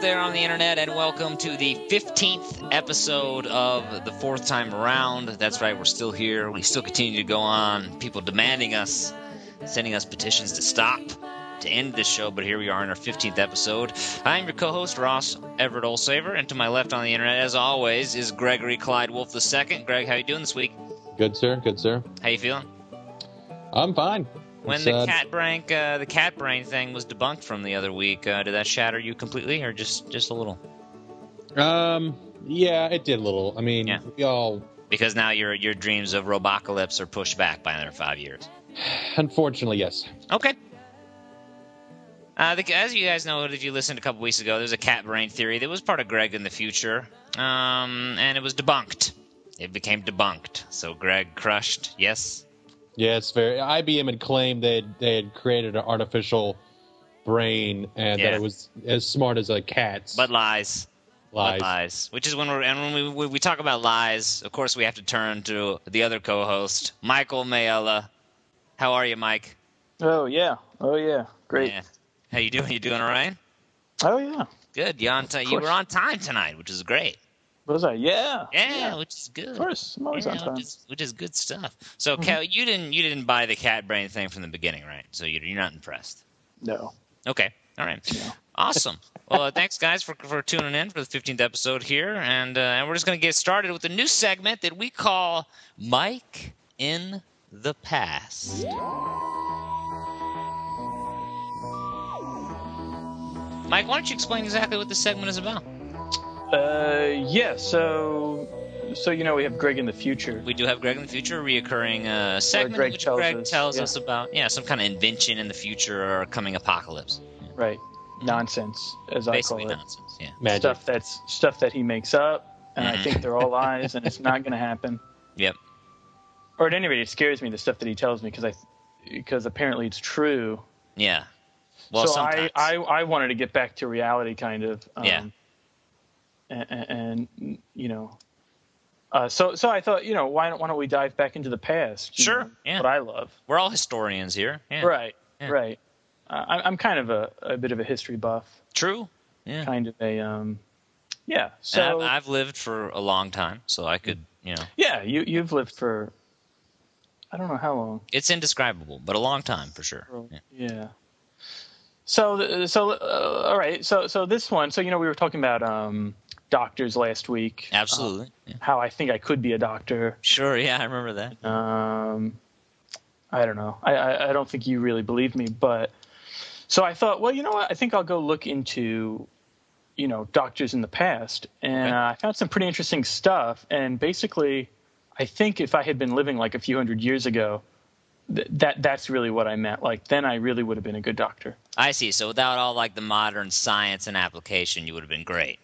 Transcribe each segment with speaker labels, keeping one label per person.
Speaker 1: there on the internet, and welcome to the 15th episode of the fourth time around. That's right, we're still here. We still continue to go on. People demanding us, sending us petitions to stop, to end this show, but here we are in our 15th episode. I'm your co host, Ross Everett Olsaver, and to my left on the internet, as always, is Gregory Clyde Wolf II. Greg, how you doing this week?
Speaker 2: Good sir, good sir.
Speaker 1: How you feeling?
Speaker 2: I'm fine.
Speaker 1: When
Speaker 2: It's,
Speaker 1: the
Speaker 2: uh,
Speaker 1: cat brain, uh, the cat brain thing was debunked from the other week, uh, did that shatter you completely, or just just a little?
Speaker 2: um, yeah, it did a little. I mean,
Speaker 1: Yeah.
Speaker 2: we all
Speaker 1: Because now your your dreams of Robocalypse are pushed back by another five years.
Speaker 2: unfortunately, yes.
Speaker 1: Okay. Uh, the, as you guys know, if you listened a couple weeks ago, there was a cat brain theory that was part of Greg in the future, um, and it was debunked. It became debunked. So Greg crushed. Yes.
Speaker 2: Yeah, it's fair. IBM had claimed they had, they had created an artificial brain and
Speaker 1: Yeah.
Speaker 2: that it was as smart as a cat's.
Speaker 1: But lies.
Speaker 2: lies.
Speaker 1: But lies. Which is when we're and when we, we we talk about lies, of course we have to turn to the other co-host, Michael Mayella. How are you, Mike?
Speaker 3: Oh yeah. Oh yeah. Great.
Speaker 1: Yeah. How you doing? You doing all right?
Speaker 3: Oh yeah.
Speaker 1: Good. You on ti- You
Speaker 3: course.
Speaker 1: were on time tonight, which is great.
Speaker 3: What was I? Yeah.
Speaker 1: Yeah, which is good.
Speaker 3: Of course. I'm always
Speaker 1: Yeah,
Speaker 3: on time. Mm-hmm.
Speaker 1: Which, is, which is good stuff. So, Cal, you didn't you didn't buy the cat brain thing from the beginning, right? So you- you're not impressed.
Speaker 3: No.
Speaker 1: Okay. All right. Awesome. Well, uh, thanks guys for for tuning in for the 15th episode here, and uh, and we're just gonna get started with a new segment that we call Mike in the Past. Mike, why don't you explain exactly what this segment is about?
Speaker 3: Uh yeah, so so you know we have Greg in the future.
Speaker 1: We do have Greg in the future, a reoccurring uh, segment,
Speaker 3: Greg
Speaker 1: which
Speaker 3: tells
Speaker 1: Greg
Speaker 3: us,
Speaker 1: tells
Speaker 3: yeah.
Speaker 1: us about yeah some kind of invention in the future or a coming apocalypse.
Speaker 3: Right. Nonsense, as
Speaker 1: Basically
Speaker 3: I call it.
Speaker 1: nonsense. Yeah.
Speaker 2: Magic.
Speaker 3: Stuff that's stuff that he makes up and
Speaker 1: Mhm.
Speaker 3: I think they're all lies and it's not gonna happen.
Speaker 1: Yep.
Speaker 3: Or at any rate it scares me the stuff that he tells me because I because apparently it's true.
Speaker 1: Yeah. Well,
Speaker 3: so
Speaker 1: sometimes.
Speaker 3: I, I I wanted to get back to reality kind of. Um,
Speaker 1: Yeah.
Speaker 3: And, and you know, uh, so so I thought you know why don't why don't we dive back into the past? you
Speaker 1: Sure,
Speaker 3: know,
Speaker 1: yeah.
Speaker 3: What I love.
Speaker 1: We're all historians here. Yeah.
Speaker 3: Right.
Speaker 1: Yeah.
Speaker 3: Right. Uh, I, I'm kind of a, a bit of a history buff.
Speaker 1: True. Yeah.
Speaker 3: Kind of a um. Yeah.
Speaker 1: And
Speaker 3: So Mm-hmm.
Speaker 1: I've, I've lived for a long time, so I could, you know,
Speaker 3: yeah, you you've lived for. I don't know how long.
Speaker 1: it's indescribable, but a long time for sure. Yeah.
Speaker 3: Yeah. So th- so uh, all right. So so this one. So you know we were talking about um doctors last week. Um,
Speaker 1: Absolutely. Yeah.
Speaker 3: how I think I could be a doctor.
Speaker 1: Sure. Yeah, I remember that.
Speaker 3: Um, I don't know. I, I, I don't think you really believe me, but so I thought, well, you know what? I think I'll go look into, you know, doctors in the past, and
Speaker 1: Okay.
Speaker 3: uh, I found some pretty interesting stuff. And basically, I think if I had been living like a few hundred years ago, th- that that's really what I meant. Like then, I really would have been a good doctor.
Speaker 1: I see. So without all like the modern science and application, you would have been great.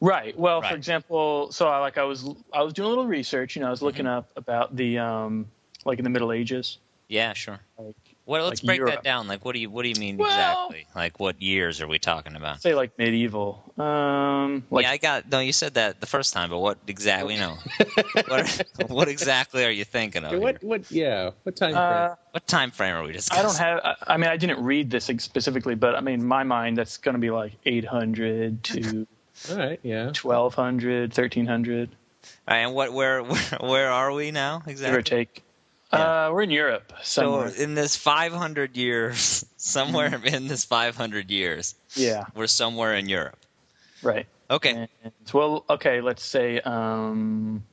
Speaker 3: Right. Well,
Speaker 1: Right.
Speaker 3: for example, so I like I was I was doing a little research. You know, I
Speaker 1: Mm-hmm.
Speaker 3: was looking up about the um like in the Middle Ages.
Speaker 1: Yeah, sure.
Speaker 3: Like,
Speaker 1: Well, let's
Speaker 3: Like
Speaker 1: break that
Speaker 3: Europe.
Speaker 1: down. Like, what do you what do you mean
Speaker 3: Well-
Speaker 1: exactly? Like, what years are we talking about?
Speaker 3: say like medieval. Um, like
Speaker 1: yeah, I got. No, you said that the first time, but what exactly? You know, what, what exactly are you thinking of?
Speaker 2: what?
Speaker 1: here?
Speaker 2: What? Yeah. What time?
Speaker 3: uh,
Speaker 1: What time frame are we discussing?
Speaker 3: I don't have. I, I mean, I didn't read this ex- specifically, but I mean, in my mind, that's going to be like 800 to
Speaker 1: Uh,
Speaker 2: frame? All right. Yeah.
Speaker 3: 1200, 1300,
Speaker 1: All right, and what? Where? Where, where are we now exactly?
Speaker 3: give or take.
Speaker 1: Yeah.
Speaker 3: Uh, we're in Europe somewhere. Mm-hmm.
Speaker 1: So in this 500 years, somewhere in this 500 years,
Speaker 3: yeah,
Speaker 1: we're somewhere in Europe.
Speaker 3: right.
Speaker 1: Okay.
Speaker 3: And, well, okay, let's say um,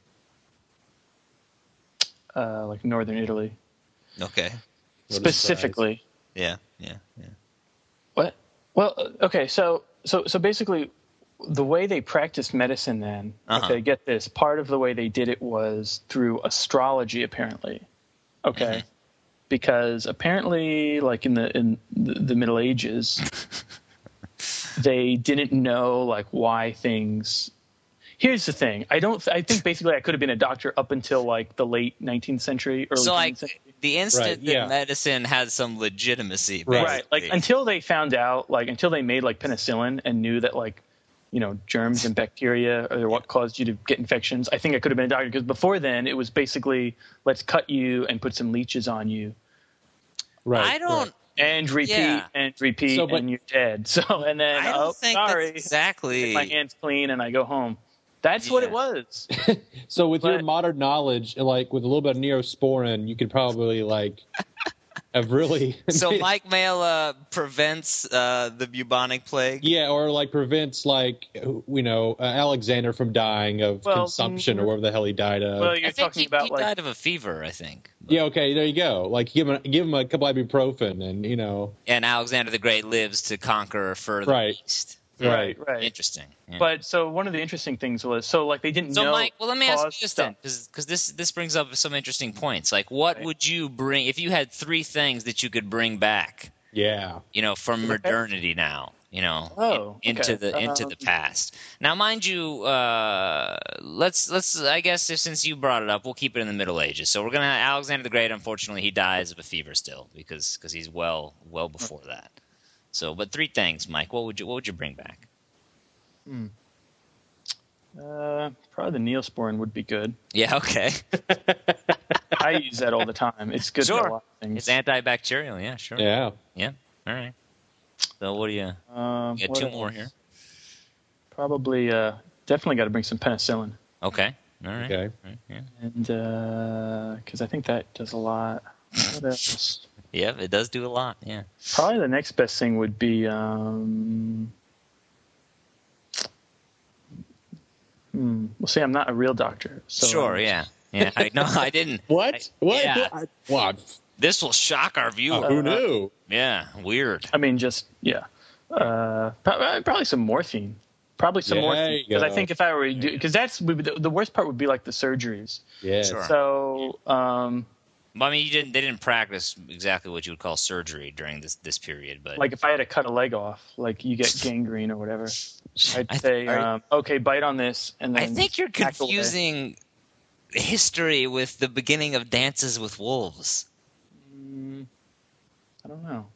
Speaker 3: uh, like northern Italy
Speaker 1: Okay.
Speaker 2: What a
Speaker 3: specifically.
Speaker 1: Yeah. Yeah. Yeah.
Speaker 3: What? Well, uh, okay, so so so basically, the way they practiced medicine then.
Speaker 1: Uh-huh.
Speaker 3: Okay, get this. Part of the way they did it was through astrology, apparently. Okay,
Speaker 1: Mm-hmm.
Speaker 3: because apparently, like in the in the, the Middle Ages, they didn't know like why things. Here's the thing. I don't. I think basically I could have been a doctor up until like the late 19th century, early
Speaker 1: So
Speaker 3: 20th
Speaker 1: like
Speaker 3: century.
Speaker 1: the instant
Speaker 2: Right,
Speaker 1: that
Speaker 2: yeah.
Speaker 1: medicine had some legitimacy,
Speaker 2: Right.
Speaker 3: right like
Speaker 1: basically.
Speaker 3: until they found out like until they made like penicillin and knew that like you know germs and bacteria are what caused you to get infections i think i could have been a doctor because before then it was basically let's cut you and put some leeches on you
Speaker 2: Right.
Speaker 1: I don't.
Speaker 2: right.
Speaker 3: and repeat
Speaker 1: Yeah.
Speaker 3: and repeat
Speaker 2: So, but-
Speaker 3: and you're dead. So and then
Speaker 1: I don't
Speaker 3: oh
Speaker 1: think
Speaker 3: sorry,
Speaker 1: that's exactly.
Speaker 3: my hands clean and I go home. That's what it
Speaker 1: Yeah.
Speaker 3: was.
Speaker 2: So with your
Speaker 3: But-
Speaker 2: modern knowledge, and, like with a little bit of Neosporin, you could probably like have really
Speaker 1: So Mike Mala prevents uh, the bubonic plague.
Speaker 2: yeah, or like prevents like you know uh, Alexander from dying of
Speaker 3: Well, mm-hmm.
Speaker 2: consumption or whatever the hell he died of.
Speaker 3: Well, you're
Speaker 1: I think
Speaker 3: talking
Speaker 1: he,
Speaker 3: about
Speaker 1: he
Speaker 3: like
Speaker 1: died of a fever, I think.
Speaker 2: yeah, okay, there you go. Like give him a, give him a couple ibuprofen, and you know
Speaker 1: And Alexander the Great lives to conquer further
Speaker 2: Right.
Speaker 1: east.
Speaker 3: right, right.
Speaker 1: Interesting. Yeah.
Speaker 3: But so one of the interesting things was so like they didn't
Speaker 1: so
Speaker 3: know.
Speaker 1: Mike, well, let me ask you
Speaker 3: caused
Speaker 1: this
Speaker 3: stuff.
Speaker 1: then, because this this brings up some interesting points. Like, what
Speaker 3: Right.
Speaker 1: would you bring if you had three things that you could bring back?
Speaker 2: yeah,
Speaker 1: you know, from
Speaker 3: Okay.
Speaker 1: modernity now, you know,
Speaker 3: Oh,
Speaker 1: in- into
Speaker 3: okay.
Speaker 1: the into the
Speaker 3: Um,
Speaker 1: past. Now, mind you, uh, let's let's I guess if, since you brought it up, we'll keep it in the Middle Ages. So we're gonna Alexander the Great. Unfortunately, he dies of a fever still because because he's well well
Speaker 3: Mm.
Speaker 1: before that. So, but three things, Mike. What would you what would you bring back?
Speaker 3: Uh, probably the Neosporin would be good.
Speaker 1: Yeah, okay,
Speaker 3: I use that all the time. It's good for
Speaker 1: Sure.
Speaker 3: a lot of things.
Speaker 1: it's antibacterial. Yeah, sure.
Speaker 2: yeah.
Speaker 1: All right. So what do you?
Speaker 3: Um,
Speaker 1: You got
Speaker 3: what
Speaker 1: two
Speaker 3: else?
Speaker 1: more here.
Speaker 3: Probably, uh, definitely got to bring some penicillin,
Speaker 1: Okay. All right.
Speaker 2: Okay,
Speaker 1: All right, Yeah.
Speaker 3: and because I think that does a lot. What else?
Speaker 1: Yep, it does do a lot. Yeah.
Speaker 3: probably the next best thing would be. Um, hmm. Well, see, I'm not a real doctor, so um,
Speaker 1: sure. Yeah. Yeah. I, no, I didn't.
Speaker 2: what what
Speaker 1: yeah.
Speaker 2: I- what?
Speaker 1: This will shock our
Speaker 2: Oh,
Speaker 1: viewer.
Speaker 2: who
Speaker 3: uh,
Speaker 2: knew?
Speaker 1: Yeah, weird.
Speaker 3: I mean, just yeah. Uh, prob- probably some morphine. Probably some
Speaker 2: Yeah, there
Speaker 3: morphine
Speaker 2: you
Speaker 3: because I
Speaker 2: go.
Speaker 3: think if I were because that's would be the, the worst part would be like the surgeries.
Speaker 2: Yes.
Speaker 1: Sure.
Speaker 3: So um,
Speaker 1: Well, I mean, you didn't. They didn't practice exactly what you would call surgery during this this period, but
Speaker 3: like if I had to cut a leg off, like you get gangrene or whatever,
Speaker 1: I-
Speaker 3: I'd say,
Speaker 2: I-
Speaker 3: um, okay, bite on this, and then
Speaker 1: I think you're
Speaker 3: hack away.
Speaker 1: confusing history with the beginning of Dances with Wolves.
Speaker 3: Mm, I don't know.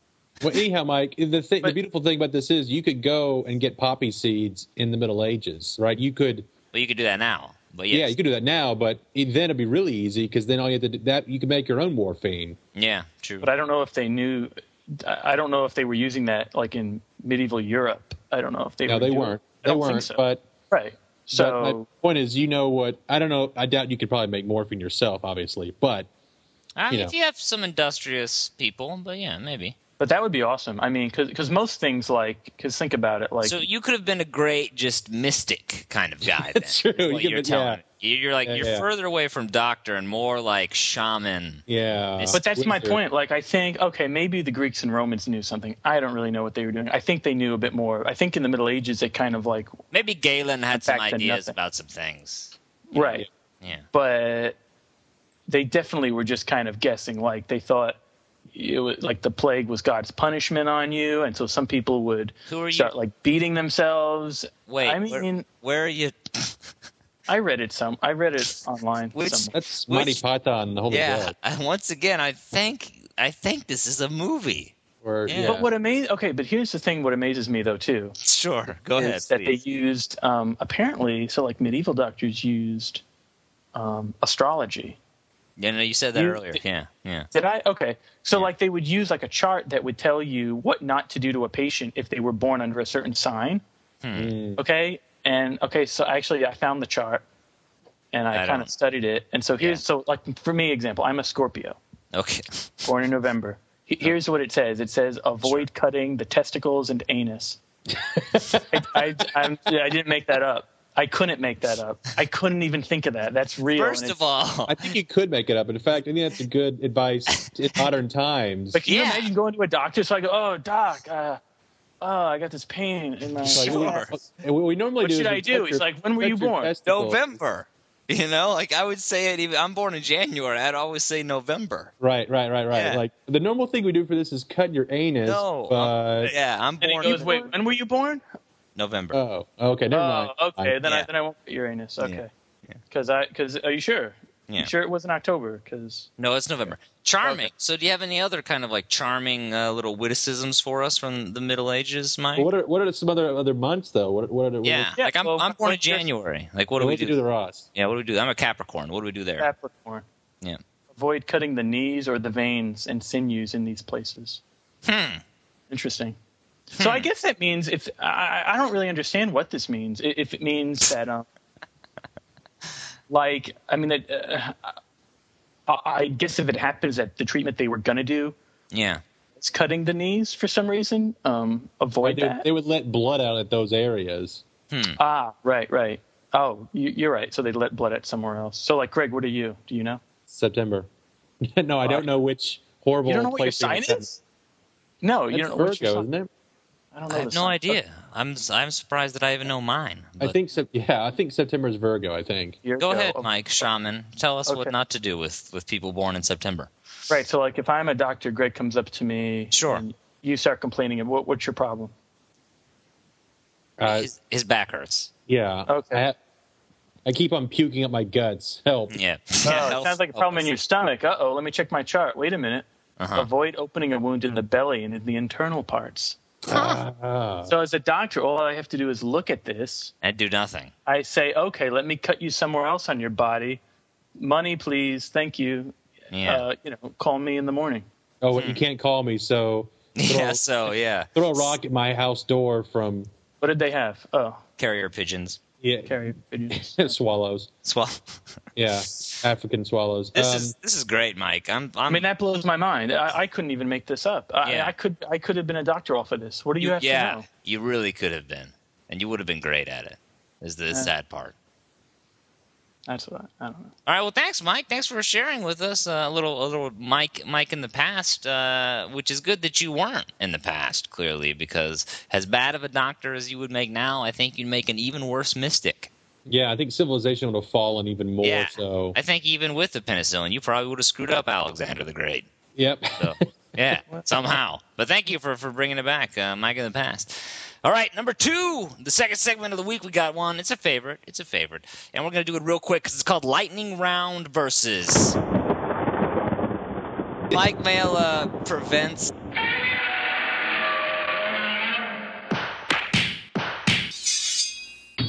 Speaker 2: Well, anyhow, Mike, the thing, the
Speaker 3: But-
Speaker 2: beautiful thing about this is you could go and get poppy seeds in the Middle Ages, right? You could,
Speaker 1: Well, you could do that now, but
Speaker 2: yeah,
Speaker 1: yes.
Speaker 2: you could do that now, but it, then it'd be really easy because then all you have to do that you could make your own morphine.
Speaker 1: yeah, true.
Speaker 3: But I don't know if they knew. I I don't know if they were using that like in medieval Europe. I don't know if they.
Speaker 2: no,
Speaker 3: were
Speaker 2: they
Speaker 3: doing-
Speaker 2: weren't.
Speaker 3: I
Speaker 2: They
Speaker 3: don't think
Speaker 2: weren't.
Speaker 3: so.
Speaker 2: But
Speaker 3: right.
Speaker 2: so my
Speaker 3: So
Speaker 2: point is, you know what? I don't know. I doubt you could probably make morphine yourself, obviously, but
Speaker 1: I mean,
Speaker 2: you
Speaker 1: if
Speaker 2: know.
Speaker 1: you have some industrious people, but yeah, maybe.
Speaker 3: But that would be awesome. I mean, because most things like, because think about it, like
Speaker 1: so you could have been a great, just mystic kind of guy. Then,
Speaker 2: That's true.
Speaker 1: is what
Speaker 2: You
Speaker 1: you're
Speaker 2: could-
Speaker 1: telling
Speaker 2: yeah.
Speaker 1: me. You're like
Speaker 2: Yeah,
Speaker 1: you're
Speaker 2: yeah.
Speaker 1: further away from doctor and more like shaman.
Speaker 2: yeah.
Speaker 1: But
Speaker 3: but that's my
Speaker 2: Wizard.
Speaker 3: point. Like, I think okay, maybe the Greeks and Romans knew something. I don't really know what they were doing. I think they knew a bit more. I think in the Middle Ages they kind of like
Speaker 1: Maybe Galen had some
Speaker 3: Back to
Speaker 1: ideas
Speaker 3: nothing.
Speaker 1: about some things.
Speaker 3: right,
Speaker 1: Yeah.
Speaker 3: but they definitely were just kind of guessing. Like they thought it was like the plague was God's punishment on you, and so some people would
Speaker 1: Who are you?
Speaker 3: start like beating themselves.
Speaker 1: Wait,
Speaker 3: I
Speaker 1: where-
Speaker 3: mean,
Speaker 1: Where are you?
Speaker 3: I read it some. I read it online.
Speaker 1: Which-
Speaker 3: somewhere.
Speaker 2: That's
Speaker 1: Which-
Speaker 2: Monty Python, the Holy
Speaker 1: yeah.
Speaker 2: Grail,
Speaker 1: I- Once again, I think I think this is a movie.
Speaker 2: Or,
Speaker 1: Yeah.
Speaker 2: yeah.
Speaker 3: But what amazes? Okay, but here's the thing. What amazes me though too.
Speaker 1: Sure. Go ahead.
Speaker 3: is that
Speaker 1: please.
Speaker 3: they used um, apparently so like medieval doctors used um, astrology
Speaker 1: yeah, no, you said that
Speaker 3: you-
Speaker 1: earlier. Yeah. Yeah.
Speaker 3: did i okay so
Speaker 1: Yeah.
Speaker 3: like they would use like a chart that would tell you what not to do to a patient if they were born under a certain sign
Speaker 1: Hmm.
Speaker 2: Mm,
Speaker 3: okay and okay so actually i found the chart and i,
Speaker 1: I
Speaker 3: kind
Speaker 1: don't-
Speaker 3: of studied it and so here's
Speaker 1: Yeah.
Speaker 3: so like for me example i'm a scorpio
Speaker 1: Okay.
Speaker 3: born in november He- here's what it says it says avoid cutting the testicles and anus I, I, I'm, yeah, I didn't make that up i couldn't make that up i couldn't even think of that that's real
Speaker 1: First
Speaker 3: and
Speaker 1: of all,
Speaker 2: I think you could make it up. In fact, I think that's a good advice in modern times.
Speaker 3: But can you
Speaker 1: Yeah.
Speaker 3: imagine going to a doctor? So I go, oh, doc, uh, oh, I got this pain in my.
Speaker 2: It's like,
Speaker 1: Sure.
Speaker 2: what- What, what we normally
Speaker 3: What
Speaker 2: do
Speaker 3: should
Speaker 2: is
Speaker 3: I
Speaker 2: we
Speaker 3: do?
Speaker 2: check
Speaker 3: He's
Speaker 2: your-
Speaker 3: like, when were
Speaker 2: check
Speaker 3: you
Speaker 2: your
Speaker 3: born?
Speaker 2: testicles.
Speaker 1: November. You know, like I would say it. Even I'm born in January. I'd always say November.
Speaker 2: Right, right, right, right.
Speaker 1: Yeah.
Speaker 2: Like the normal thing we do for this is cut your anus.
Speaker 1: No,
Speaker 2: but
Speaker 1: Yeah, I'm
Speaker 3: And he
Speaker 1: born
Speaker 3: goes,
Speaker 1: in
Speaker 3: wait, when were you born?
Speaker 1: November.
Speaker 2: oh, okay, never mind.
Speaker 3: Oh, okay,
Speaker 2: I-
Speaker 3: then
Speaker 1: Yeah.
Speaker 3: I then I won't put Uranus. Okay,
Speaker 1: Yeah.
Speaker 3: because I because are you sure?
Speaker 1: Yeah.
Speaker 3: You sure it wasn't October? Because
Speaker 1: No, it's November. Charming.
Speaker 3: Okay.
Speaker 1: So, do you have any other kind of like charming uh, little witticisms for us from the Middle Ages, Mike?
Speaker 2: Well, what are what are some other other months though? What what are
Speaker 1: yeah,
Speaker 3: Yeah,
Speaker 1: like I'm,
Speaker 3: well,
Speaker 1: I'm born in
Speaker 3: like there's-
Speaker 1: January. Like, what
Speaker 2: What
Speaker 1: do
Speaker 2: do
Speaker 1: we
Speaker 2: you do
Speaker 1: do?
Speaker 2: the Ross?
Speaker 1: Yeah, what do we do? I'm a Capricorn. What do we do there?
Speaker 3: Capricorn.
Speaker 1: Yeah.
Speaker 3: Avoid cutting the knees or the veins and sinews in these places.
Speaker 1: Hmm.
Speaker 3: Interesting. So I guess that means if I, I don't really understand what this means. I- If it means that, um, like, I mean, that uh, I I guess if it happens that the treatment they were gonna do
Speaker 1: Yeah.
Speaker 3: is cutting the knees for some reason, um,
Speaker 2: Like,
Speaker 3: avoid
Speaker 2: they,
Speaker 3: that.
Speaker 2: they would let blood out at those areas.
Speaker 3: ah, right, right. Oh, you, you're right. So they let blood out somewhere else. So, like, Greg, what are you? Do you know?
Speaker 2: September. no, I don't know which horrible
Speaker 3: You don't know what your
Speaker 2: place
Speaker 3: sign
Speaker 2: it in
Speaker 3: is? No, you
Speaker 2: September.
Speaker 3: don't know what
Speaker 2: That's
Speaker 3: your
Speaker 2: Virgo,
Speaker 3: sign.
Speaker 2: isn't it?
Speaker 3: I don't know.
Speaker 1: I have
Speaker 3: the
Speaker 1: no
Speaker 3: sign.
Speaker 1: idea. I'm I'm surprised that I even know mine.
Speaker 2: I
Speaker 1: but
Speaker 2: think Sep- yeah, I think September is Virgo. I think
Speaker 3: Virgo.
Speaker 1: Go ahead, Mike Shaman. Tell us what
Speaker 3: uh, oh, Okay.
Speaker 1: not to do with with people born in September.
Speaker 3: Right. So, like, if I'm a doctor, Greg comes up to me.
Speaker 1: Sure.
Speaker 3: and you start complaining. What, what's your problem?
Speaker 2: Uh,
Speaker 1: his, his back hurts.
Speaker 2: yeah.
Speaker 3: Okay.
Speaker 2: I, ha- I keep on puking up my guts. Help.
Speaker 1: Yeah.
Speaker 3: Oh,
Speaker 1: yeah
Speaker 3: it sounds like a problem in your stomach. Uh oh. Let me check my chart. Wait a minute.
Speaker 1: uh
Speaker 3: Avoid opening a wound in the belly and in the internal parts.
Speaker 2: Ah.
Speaker 3: So, as a doctor, all I have to do is look at this.
Speaker 1: And do nothing.
Speaker 3: I say, okay, let me cut you somewhere else on your body. Money, please. Thank you.
Speaker 1: Yeah.
Speaker 3: Uh, you know, call me in the morning.
Speaker 2: oh, wait, you can't call me. So
Speaker 1: yeah. So yeah,
Speaker 2: throw a rock at my house door from
Speaker 3: What did they have? Oh,
Speaker 1: carrier pigeons.
Speaker 2: yeah
Speaker 3: carry videos.
Speaker 2: swallows.
Speaker 1: Swallow.
Speaker 2: Yeah, African swallows.
Speaker 1: This
Speaker 2: um,
Speaker 1: is this is great, Mike. I'm. I'm
Speaker 3: I mean, that blows my mind. I, I couldn't even make this up. I,
Speaker 1: Yeah.
Speaker 3: I could, I could have been a doctor off of this. What do you, have
Speaker 1: yeah,
Speaker 3: to know?
Speaker 1: you really could have been, and you would have been great at it. Is the sad part.
Speaker 3: That's what I, I don't know.
Speaker 1: All right. Well, thanks, Mike. Thanks for sharing with us uh, a little, a little Mike, Mike in the past, uh, which is good that you weren't in the past, clearly, because as bad of a doctor as you would make now, I think you'd make an even worse mystic.
Speaker 2: yeah, I think civilization would have fallen even more.
Speaker 1: Yeah.
Speaker 2: So
Speaker 1: I think even with the penicillin, you probably would have screwed up Alexander the Great.
Speaker 2: yep.
Speaker 1: So, yeah, somehow. But thank you for, for bringing it back, uh, Mike in the past. All right, number two, the second segment of the week. We got one. It's a favorite. It's a favorite. And we're going to do it real quick because it's called Lightning Round Versus. Mike Mela prevents.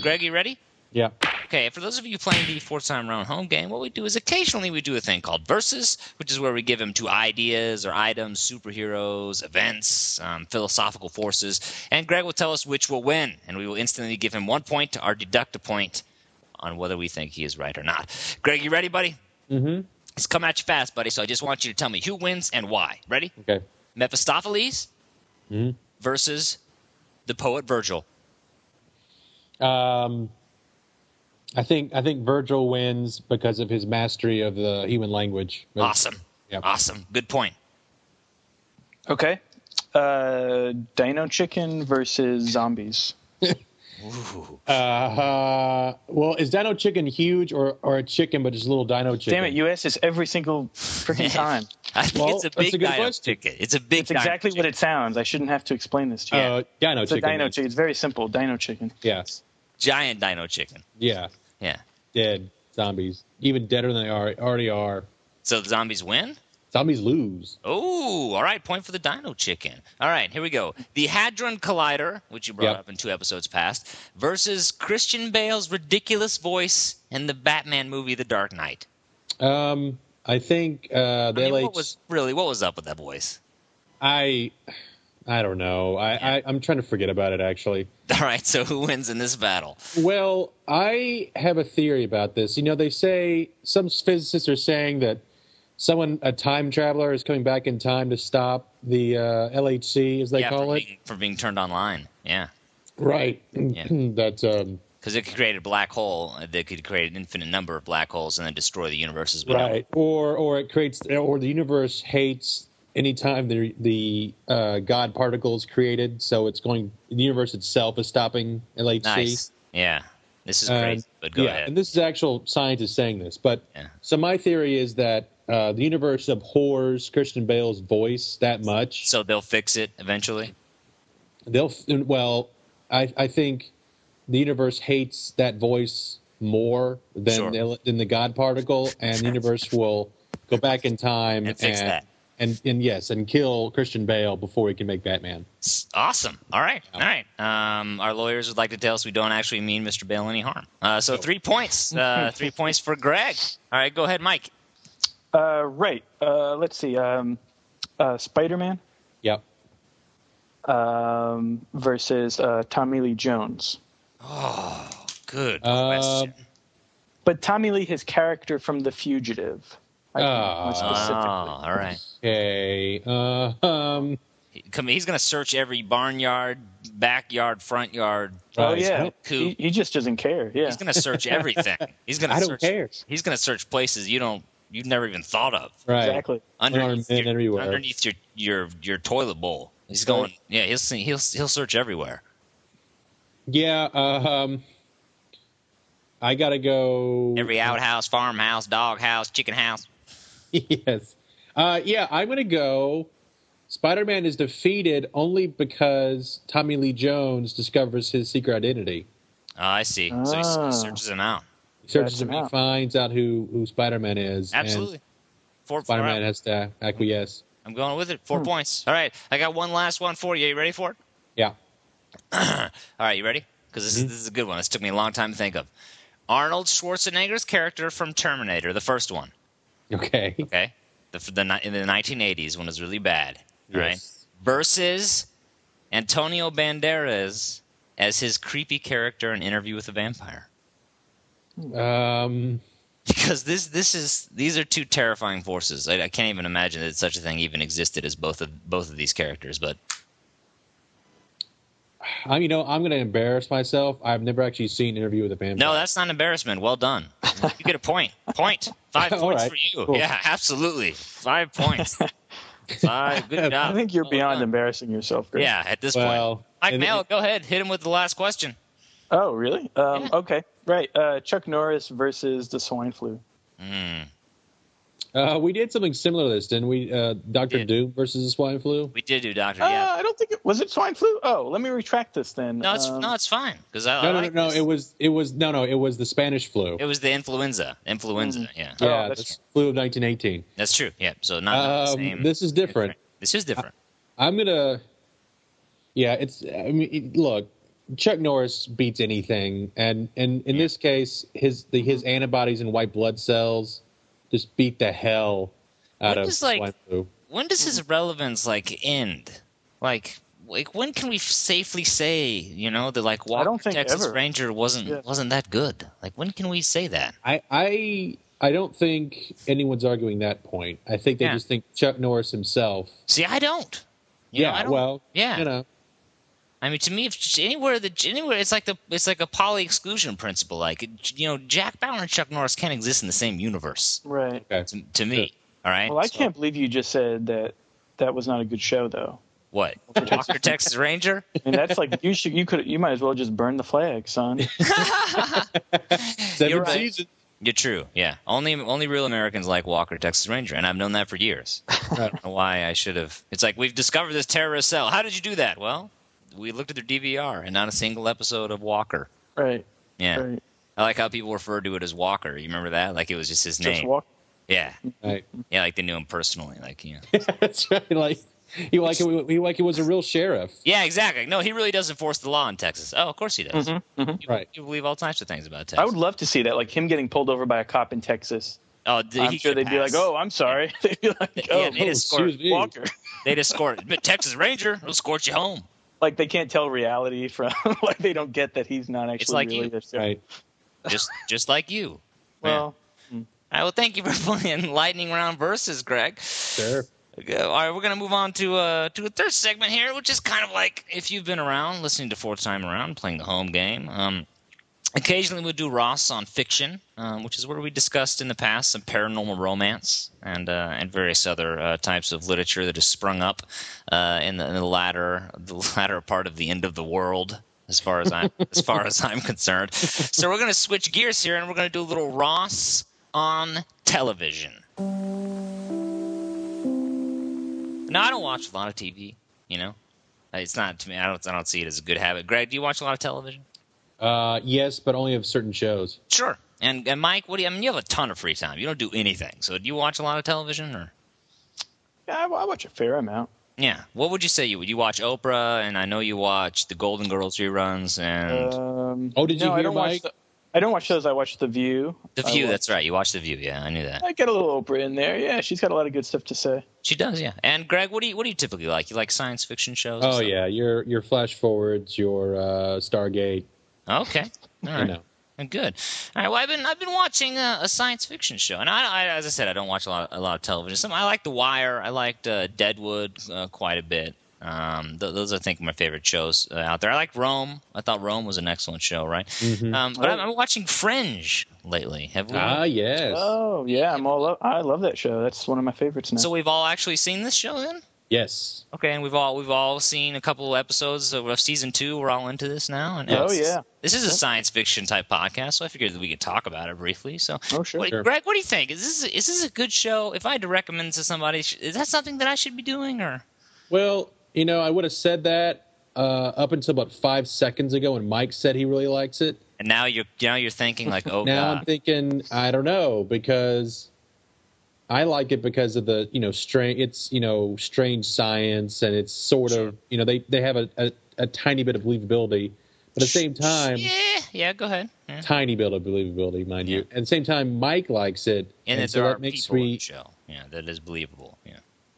Speaker 1: Greg, you ready?
Speaker 2: yeah.
Speaker 1: Okay, for those of you playing the fourth time round home game, what we do is occasionally we do a thing called versus, which is where we give them two ideas or items, superheroes, events, um, philosophical forces, and Greg will tell us which will win, and we will instantly give him one point or deduct a point on whether we think he is right or not. Greg, you ready, buddy?
Speaker 2: Mm-hmm.
Speaker 1: It's come at you fast, buddy. So I just want you to tell me who wins and why. Ready?
Speaker 2: Okay.
Speaker 1: Mephistopheles
Speaker 2: Mhm.
Speaker 1: versus the poet Virgil.
Speaker 2: Um, I think I think Virgil wins because of his mastery of the human language.
Speaker 1: Awesome.
Speaker 2: Yeah.
Speaker 1: Awesome. Good point.
Speaker 3: Okay. Uh, Dino Chicken versus zombies.
Speaker 1: Ooh.
Speaker 2: Uh, well, is Dino Chicken huge or, or a chicken, but just a little Dino Chicken?
Speaker 3: Damn it, you ask this every single freaking time.
Speaker 1: I think
Speaker 2: Well,
Speaker 1: it's a
Speaker 2: that's
Speaker 1: big
Speaker 2: a good
Speaker 1: dino
Speaker 2: question.
Speaker 1: chicken. It's a big.
Speaker 3: It's exactly
Speaker 1: dino Oh,
Speaker 3: what it sounds. I shouldn't have to explain this to you.
Speaker 2: Uh, Dino
Speaker 3: it's a
Speaker 2: Chicken.
Speaker 3: dino
Speaker 2: then.
Speaker 3: chicken. It's very simple. Dino chicken.
Speaker 2: Yeah,
Speaker 1: giant dino chicken.
Speaker 2: yeah.
Speaker 1: Yeah.
Speaker 2: Dead zombies, even deader than they are already are.
Speaker 1: So the zombies win.
Speaker 2: Zombies lose.
Speaker 1: Oh, all right. Point for the dino chicken. All right, here we go. The Hadron Collider, which you brought
Speaker 2: Yep.
Speaker 1: up in two episodes past, versus Christian Bale's ridiculous voice in the Batman movie, The Dark Knight.
Speaker 2: Um, I think uh,
Speaker 1: I
Speaker 2: the
Speaker 1: mean,
Speaker 2: LH
Speaker 1: what was really what was up with that voice?
Speaker 2: I, I don't know. I, I I'm trying to forget about it actually.
Speaker 1: All right, so who wins in this battle?
Speaker 2: Well, I have a theory about this. You know, they say some physicists are saying that someone, a time traveler, is coming back in time to stop the uh, LHC, as they
Speaker 1: yeah,
Speaker 2: call
Speaker 1: for,
Speaker 2: it.
Speaker 1: Being, for being turned online. Yeah,
Speaker 2: Right. That's um,
Speaker 1: because it could create a black hole that could create an infinite number of black holes and then destroy the universe as we know it.
Speaker 2: right. Or or it creates or the universe hates any time the the uh, God particle is created, so it's going. The universe itself is stopping LHC.
Speaker 1: Nice. Yeah. This is
Speaker 2: Uh,
Speaker 1: crazy, but go ahead.
Speaker 2: And this is actual scientists saying this. But
Speaker 1: Yeah.
Speaker 2: so my theory is that uh, the universe abhors Christian Bale's voice that much.
Speaker 1: so they'll fix it eventually.
Speaker 2: They'll well, I I think the universe hates that voice more than
Speaker 1: Sure.
Speaker 2: the, than the God particle, and the universe will go back in time
Speaker 1: And fix that.
Speaker 2: And, and yes, and kill Christian Bale before he can make Batman.
Speaker 1: S- Awesome. All right. All right. Um, our lawyers would like to tell us we don't actually mean Mr. Bale any harm. Uh, so three points. Uh, three points for Greg. All right. Go ahead, Mike.
Speaker 3: Uh, right. Uh, let's see. Um, uh, Spider Man
Speaker 2: Yep.
Speaker 3: um, versus uh, Tommy Lee Jones.
Speaker 1: Oh, good
Speaker 2: Uh,
Speaker 1: question.
Speaker 3: But Tommy Lee, his character from The Fugitive. I think, more
Speaker 2: Ah.
Speaker 1: Oh,
Speaker 3: specifically.
Speaker 1: all right.
Speaker 2: Okay. Uh, um,
Speaker 1: He- Come, he's gonna search every barnyard, backyard, front yard.
Speaker 3: Oh
Speaker 2: Right.
Speaker 3: yeah,
Speaker 1: Cool.
Speaker 3: he, he just doesn't care. Yeah,
Speaker 1: He's gonna search everything. He's gonna.
Speaker 2: I don't
Speaker 1: search,
Speaker 2: care.
Speaker 1: He's gonna search places you don't, you've never even thought of.
Speaker 2: Right.
Speaker 3: exactly.
Speaker 1: Underneath
Speaker 2: Unarmed men
Speaker 1: your,
Speaker 2: everywhere.
Speaker 1: underneath your your your toilet bowl. He's
Speaker 3: Right.
Speaker 1: going. Yeah, he'll see, he'll he'll search everywhere.
Speaker 2: Yeah. Um, I gotta go.
Speaker 1: Every outhouse, farmhouse, dog house, chicken house.
Speaker 2: yes. Uh, yeah, I'm gonna go. Spider-Man is defeated only because Tommy Lee Jones discovers his secret identity.
Speaker 1: Oh, I see. So he
Speaker 3: Ah.
Speaker 1: s- searches him out.
Speaker 2: He searches
Speaker 3: That's
Speaker 2: him, he
Speaker 3: out.
Speaker 2: finds out who who Spider-Man is. and
Speaker 1: Absolutely. Four, four out.
Speaker 2: Spider-Man has to acquiesce.
Speaker 1: I'm going with it. Four
Speaker 3: Hmm.
Speaker 1: points. All right. I got one last one for you. you ready for it?
Speaker 2: Yeah.
Speaker 1: All right. You ready? Because this, is
Speaker 2: Mm-hmm.
Speaker 1: this is a good one. This took me a long time to think of. Arnold Schwarzenegger's character from Terminator, the first one.
Speaker 2: Okay.
Speaker 1: Okay. The, the ni- in the 1980s when it was really bad. all Right.
Speaker 2: Yes.
Speaker 1: versus Antonio Banderas as his creepy character in Interview with a Vampire.
Speaker 2: Um.
Speaker 1: Because this this is these are two terrifying forces. I, I can't even imagine that such a thing even existed as both of both of these characters. But
Speaker 2: I'm, you know, I'm going to embarrass myself. I've never actually seen Interview with a Vampire.
Speaker 1: no, that's not an embarrassment. Well done. You get a point. Point. Five
Speaker 2: All
Speaker 1: points
Speaker 2: right,
Speaker 1: for you.
Speaker 2: cool.
Speaker 1: Yeah, absolutely. Five points. Five. Good job.
Speaker 3: I think you're
Speaker 1: Well
Speaker 3: beyond
Speaker 1: done.
Speaker 3: embarrassing yourself. Chris.
Speaker 1: Oh, Yeah, at this point.
Speaker 2: well,
Speaker 1: Mike
Speaker 2: and-
Speaker 1: Mel, go ahead. Hit him with the last question.
Speaker 3: Oh, really? Um,
Speaker 1: Yeah.
Speaker 3: Okay. Right. Uh, Chuck Norris versus the swine flu.
Speaker 1: Mm.
Speaker 2: Uh, we did something similar to this, didn't we? Uh, Doctor
Speaker 1: Yeah.
Speaker 2: Doom versus the swine flu.
Speaker 1: We did do Doctor.
Speaker 3: Uh,
Speaker 1: yeah.
Speaker 3: I don't think it was it swine flu. Oh, let me retract this then.
Speaker 1: No, it's
Speaker 3: Um,
Speaker 1: no, it's fine because I,
Speaker 2: No,
Speaker 1: I
Speaker 2: no,
Speaker 1: like
Speaker 2: no, no.
Speaker 1: this.
Speaker 2: It was, it was, no, no. It was the Spanish flu.
Speaker 1: It was the influenza. Influenza. Yeah,
Speaker 3: Oh,
Speaker 2: yeah,
Speaker 3: that's-
Speaker 2: the flu of 1918.
Speaker 1: that's true. Yeah. So not the
Speaker 2: Um,
Speaker 1: Uh, same.
Speaker 2: this is different.
Speaker 1: This is different.
Speaker 2: I'm gonna. Yeah, it's. I mean, it- look, Chuck Norris beats anything, and and in this case, his the, his antibodies and white blood cells just beat the hell out
Speaker 1: What
Speaker 2: of
Speaker 1: is, like-
Speaker 2: swine flu.
Speaker 1: When does his relevance like end? Like, like when can we safely say you know that like Walker
Speaker 3: don't think
Speaker 1: Texas
Speaker 3: ever.
Speaker 1: Ranger wasn't
Speaker 3: Yeah.
Speaker 1: wasn't that good? Like when can we say that?
Speaker 2: I I I don't think anyone's arguing that point. I think they
Speaker 1: Yeah.
Speaker 2: just think Chuck Norris himself.
Speaker 1: See, I don't. You know,
Speaker 2: yeah,
Speaker 1: I don't-
Speaker 2: well,
Speaker 1: yeah.
Speaker 2: you know,
Speaker 1: I mean, to me, if anywhere the anywhere it's like the it's like a poly exclusion principle. Like you know, Jack Bauer and Chuck Norris can't exist in the same universe.
Speaker 3: Right.
Speaker 2: okay.
Speaker 1: To, to me, all right.
Speaker 3: Well, I
Speaker 1: So-
Speaker 3: can't believe you just said that. That was not a good show, though.
Speaker 1: What? Walker Texas Ranger?
Speaker 3: And that's like you should, you could, you might as well just burn the flag, son.
Speaker 2: Seven
Speaker 1: You're right.
Speaker 2: seasons.
Speaker 1: You're true. Yeah. Only only real Americans like Walker Texas Ranger, and I've known that for years. I
Speaker 2: Right.
Speaker 1: don't know why I should have. It's like we've discovered this terrorist cell. How did you do that? Well, we looked at their DVR, and not a single episode of Walker.
Speaker 3: Right.
Speaker 1: Yeah.
Speaker 3: Right.
Speaker 1: I like how people refer to it as Walker. You remember that? Like it was just his
Speaker 3: Just Mm-hmm.
Speaker 1: name.
Speaker 3: walk.
Speaker 1: yeah.
Speaker 2: Right.
Speaker 1: Yeah. Like they knew him personally. Like you know.
Speaker 2: That's right. Like he like he, he like he was a real sheriff.
Speaker 1: Yeah. Exactly. No, he really does enforce the law in Texas. Oh, of course he does.
Speaker 3: Mhm, mhm.
Speaker 1: You,
Speaker 2: Right.
Speaker 1: You believe all types of things about Texas.
Speaker 3: I would love to see that, like him getting pulled over by a cop in Texas.
Speaker 1: oh, d-
Speaker 3: I'm
Speaker 1: he
Speaker 3: sure
Speaker 1: should
Speaker 3: they'd be like,
Speaker 1: pass.
Speaker 3: "Oh, I'm sorry." they'd be like,
Speaker 1: Yeah,
Speaker 3: "Oh,
Speaker 1: they just
Speaker 2: excuse
Speaker 1: scored-
Speaker 2: me.
Speaker 3: Walker."
Speaker 1: They'd escort. But Texas Ranger will escort you home.
Speaker 3: like they can't tell reality from like they don't get that he's not actually
Speaker 1: like
Speaker 3: really
Speaker 1: you.
Speaker 3: this guy.
Speaker 2: Right.
Speaker 1: just just like you.
Speaker 3: Well,
Speaker 1: All right, well, thank you for playing lightning round versus Greg.
Speaker 2: Sheriff.
Speaker 1: Okay, All right, we're gonna move on to uh to a third segment here, which is kind of like if you've been around, listening to fourth time around, playing the home game. Um, occasionally we'll do Ross on fiction, um, which is where we discussed in the past some paranormal romance and uh, and various other uh, types of literature that has sprung up uh, in, the, in the latter the latter part of the end of the world. As far as I'm as far as I'm concerned, so we're gonna switch gears here, and we're gonna do a little Ross on television. No, I don't watch a lot of TV. You know, Uh, it's not to me. I don't. I don't see it as a good habit. Greg, do you watch a lot of television?
Speaker 2: Uh, yes, but only of certain shows.
Speaker 1: Sure. And and Mike, what do you? I mean, you have a ton of free time. You don't do anything. So do you watch a lot of television or?
Speaker 3: yeah, I, I watch a fair amount.
Speaker 1: Yeah. What would you say you would? You watch Oprah, and I know you watch the Golden Girls reruns, and
Speaker 3: Um,
Speaker 2: Oh, did you
Speaker 3: no, I
Speaker 2: hear,
Speaker 3: don't
Speaker 2: Mike?
Speaker 3: watch the, I don't watch those. I watch The View.
Speaker 1: The
Speaker 3: I
Speaker 1: View,
Speaker 3: watch-
Speaker 1: that's right. You watched The View. Yeah, I knew that.
Speaker 3: I get a little Oprah in there. Yeah, she's got a lot of good stuff to say.
Speaker 1: She does, yeah. And Greg, what do you what do you typically like? You like science fiction shows? and
Speaker 2: Oh
Speaker 1: stuff?
Speaker 2: yeah, your your flash forwards, your uh, Stargate.
Speaker 1: Okay. All right.
Speaker 2: You know,
Speaker 1: Good. All right. Well, I've been I've been watching a, a science fiction show, and I, I as I said, I don't watch a lot a lot of television. Some I like The Wire. I liked uh, Deadwood uh, quite a bit. Um, th- those I think are my favorite shows uh, out there. I like Rome. I thought Rome was an excellent show, right?
Speaker 2: Mhm.
Speaker 1: Um, but I'm,
Speaker 3: Oh.
Speaker 1: I'm watching Fringe lately. Have we?
Speaker 2: ah yes,
Speaker 3: Oh yeah, I'm all. Up. I love that show. That's one of my favorites now.
Speaker 1: so we've all actually seen this show then?
Speaker 2: yes.
Speaker 1: Okay, and we've all we've all seen a couple episodes of of season two. We're all into this now. And
Speaker 3: Oh,
Speaker 1: it's-
Speaker 3: yeah.
Speaker 1: this is a science fiction type podcast, so I figured that we could talk about it briefly. So,
Speaker 3: oh sure.
Speaker 1: what,
Speaker 2: Sure.
Speaker 1: Greg, what do you think? Is this is this a good show? If I had to recommend to somebody, sh- is that something that I should be doing? Or
Speaker 2: Well, you know, I would have said that uh, up until about five seconds ago, and Mike said he really likes it.
Speaker 1: and now you're now you're thinking like, oh
Speaker 2: now I'm
Speaker 1: god,
Speaker 2: thinking, I don't know, because I like it because of the you know strange. It's you know strange science, and it's sort
Speaker 1: Sure.
Speaker 2: of you know they they have a, a, a tiny bit of believability, but at the same time,
Speaker 1: yeah, yeah, go ahead. Yeah.
Speaker 2: tiny bit of believability, mind you.
Speaker 1: Yeah.
Speaker 2: At the same time, Mike likes it,
Speaker 1: And, that
Speaker 2: so
Speaker 1: there are
Speaker 2: that makes
Speaker 1: people in
Speaker 2: me
Speaker 1: the show, yeah, that is believable. Yeah,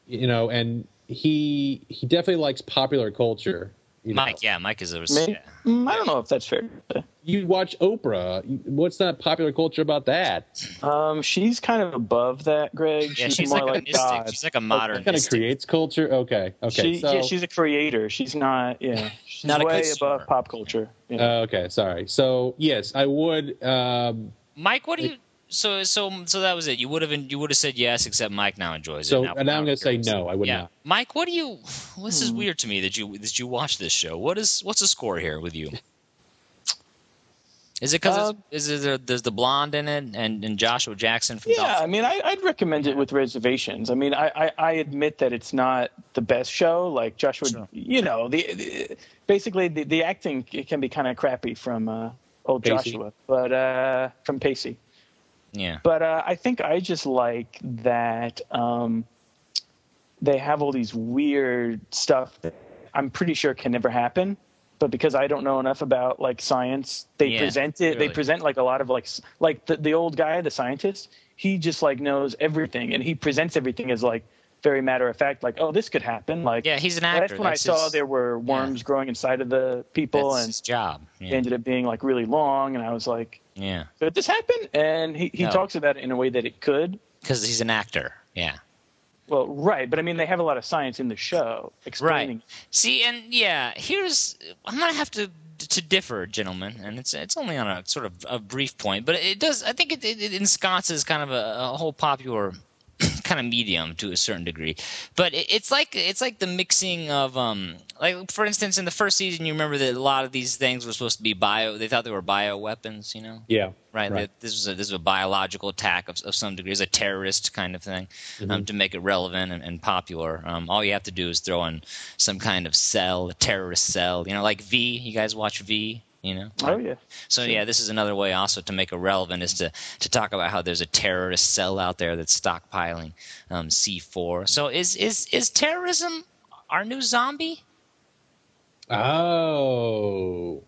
Speaker 2: you know, and he he definitely likes popular culture. You know.
Speaker 1: Mike, yeah, Mike is a
Speaker 3: May-
Speaker 1: yeah.
Speaker 3: Mm, I don't know if that's fair.
Speaker 2: you watch Oprah. What's not popular culture about that?
Speaker 3: Um, she's kind of above that, Greg.
Speaker 1: yeah,
Speaker 3: she's,
Speaker 1: she's
Speaker 3: more
Speaker 1: like,
Speaker 3: like,
Speaker 1: a mystic.
Speaker 3: God.
Speaker 1: She's like a
Speaker 2: That kind of
Speaker 1: modernist.
Speaker 2: creates culture. Okay, okay,
Speaker 3: she,
Speaker 2: so
Speaker 3: yeah, she's a creator. She's not. Yeah, she's
Speaker 1: Not a
Speaker 3: way
Speaker 1: consumer.
Speaker 3: above pop culture. Yeah.
Speaker 2: uh, okay, sorry. So yes, I would. Um,
Speaker 1: Mike, what do you? So so so that was it. You would have you would have said yes, except Mike now enjoys it.
Speaker 2: so and now I'm going to say
Speaker 1: curious.
Speaker 2: no. I would
Speaker 1: yeah,
Speaker 2: not.
Speaker 1: Mike, what do you? Well, this is
Speaker 3: Hmm.
Speaker 1: weird to me that you that you watch this show. What is what's the score here with you? Is it because
Speaker 3: Um,
Speaker 1: is it there, there's the blonde in it and, and Joshua Jackson from
Speaker 3: Yeah, I
Speaker 1: Dolphin?
Speaker 3: mean, I, I'd recommend it with reservations. I mean, I, I, I admit that it's not the best show. Like Joshua,
Speaker 1: Sure.
Speaker 3: you know, the, the basically the, the acting it can be kind of crappy from uh, old
Speaker 2: Pacey.
Speaker 3: Joshua, but uh, from Pacey.
Speaker 1: Yeah,
Speaker 3: But uh, I think I just like that um, they have all these weird stuff that I'm pretty sure can never happen. But because I don't know enough about like science, they
Speaker 1: Yeah,
Speaker 3: present it.
Speaker 1: clearly.
Speaker 3: They present like a lot of like s- like the, the old guy, the scientist. He just like knows everything, and he presents everything as like very matter of fact. Like, oh, this could happen. Like,
Speaker 1: yeah, he's an actor.
Speaker 3: that's when I
Speaker 1: That's
Speaker 3: saw
Speaker 1: his,
Speaker 3: there were worms growing inside of the people,
Speaker 1: that's
Speaker 3: and
Speaker 1: his job.
Speaker 3: they
Speaker 1: Yeah,
Speaker 3: ended up being like really long. And I was like,
Speaker 1: yeah,
Speaker 3: could this happen? And he, he
Speaker 1: No.
Speaker 3: talks about it in a way that it could.
Speaker 1: because he's an actor. Yeah.
Speaker 3: Well, right, but I mean, they have a lot of science in the show explaining.
Speaker 1: See, and yeah, here's I'm gonna have to to differ, gentlemen, and it's it's only on a sort of a brief point, but it does. I think it, it, it ensconces kind of a, a whole popular kind of medium to a certain degree, but it, it's like it's like the mixing of um like for instance in the first season you remember that a lot of these things were supposed to be bio they thought they were bio weapons you know
Speaker 2: Yeah,
Speaker 1: right,
Speaker 2: Right.
Speaker 1: That this was a, this was a biological attack of, of some degree, it's a terrorist kind of thing, um, to make it relevant and, and popular. Um, all you have to do is throw in some kind of cell, a terrorist cell, you know, like V. You guys watch V, you know.
Speaker 3: Oh yeah,
Speaker 1: So yeah, this is another way also to make it relevant is to to talk about how there's a terrorist cell out there that's stockpiling um, C4. So is is is terrorism our new zombie?
Speaker 2: Oh.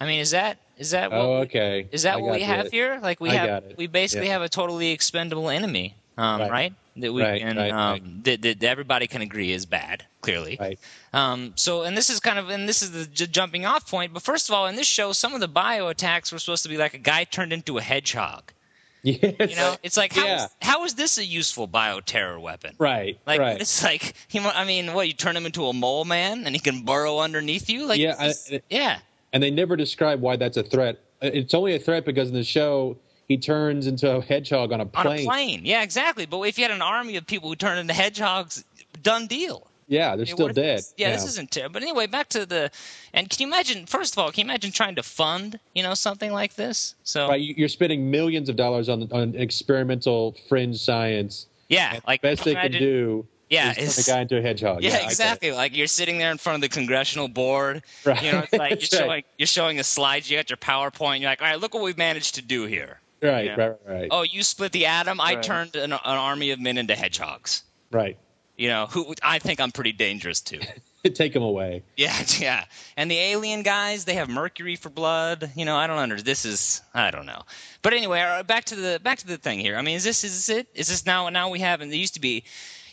Speaker 1: I mean, is that is that what
Speaker 2: Oh,
Speaker 1: we-
Speaker 2: okay.
Speaker 1: Is that
Speaker 2: I
Speaker 1: what we
Speaker 2: got
Speaker 1: have
Speaker 2: it.
Speaker 1: here? Like we
Speaker 2: I
Speaker 1: have,
Speaker 2: got it.
Speaker 1: we basically
Speaker 2: Yeah.
Speaker 1: have a totally expendable enemy, um, right.
Speaker 2: Right.
Speaker 1: That we
Speaker 2: Right,
Speaker 1: can,
Speaker 2: right,
Speaker 1: um,
Speaker 2: right.
Speaker 1: That, that everybody can agree is bad, clearly.
Speaker 2: Right.
Speaker 1: Um, so, and this is kind of, and this is the j- jumping off point. But first of all, in this show, some of the bio attacks were supposed to be like a guy turned into a hedgehog.
Speaker 2: Yes.
Speaker 1: You know, it's like how is
Speaker 2: uh, Yeah.
Speaker 1: how is this a useful bioterror weapon?
Speaker 2: Right.
Speaker 1: Like
Speaker 2: right.
Speaker 1: it's like he, mu- I mean, what you turn him into a mole man and he can burrow underneath you? Like
Speaker 2: Yeah,
Speaker 1: this
Speaker 2: I-
Speaker 1: is- yeah.
Speaker 2: and they never describe why that's a threat. Uh, It's only a threat because in the show he turns into a hedgehog on a
Speaker 1: on
Speaker 2: plane.
Speaker 1: a plane. Yeah, exactly. But if you had an army of people who turned into hedgehogs, done deal.
Speaker 2: Yeah, they're
Speaker 1: I mean,
Speaker 2: still
Speaker 1: what if
Speaker 2: dead.
Speaker 1: this- Yeah, this isn't terrible. But anyway, back to the and can you imagine? First of all, can you imagine trying to fund you know something like this? So
Speaker 2: right. you- You're spending millions of dollars on on experimental fringe science.
Speaker 1: yeah,
Speaker 2: and
Speaker 1: like
Speaker 2: the best they can
Speaker 1: imagine-
Speaker 2: do
Speaker 1: Yeah,
Speaker 2: is
Speaker 1: it's-
Speaker 2: turn a guy into a hedgehog. I
Speaker 1: Yeah,
Speaker 2: get it.
Speaker 1: exactly. Like you're sitting there in front of the congressional board.
Speaker 2: Right.
Speaker 1: You know, it's like
Speaker 2: That's
Speaker 1: you're showing
Speaker 2: right.
Speaker 1: you're showing a slide. You got your PowerPoint. You're like, all right, look what we've managed to do here.
Speaker 2: Right,
Speaker 1: Yeah.
Speaker 2: right, right,
Speaker 1: Oh, you split the atom. I
Speaker 3: Right.
Speaker 1: turned an, an army of men into hedgehogs.
Speaker 2: right.
Speaker 1: You know, who I think I'm pretty dangerous to.
Speaker 2: Take him away.
Speaker 1: Yeah, yeah. And the alien guys, they have mercury for blood. You know, I don't under this is I don't know. But anyway, all right, back to the back to the thing here. I mean, is this is this it? Is this now now we have and there used to be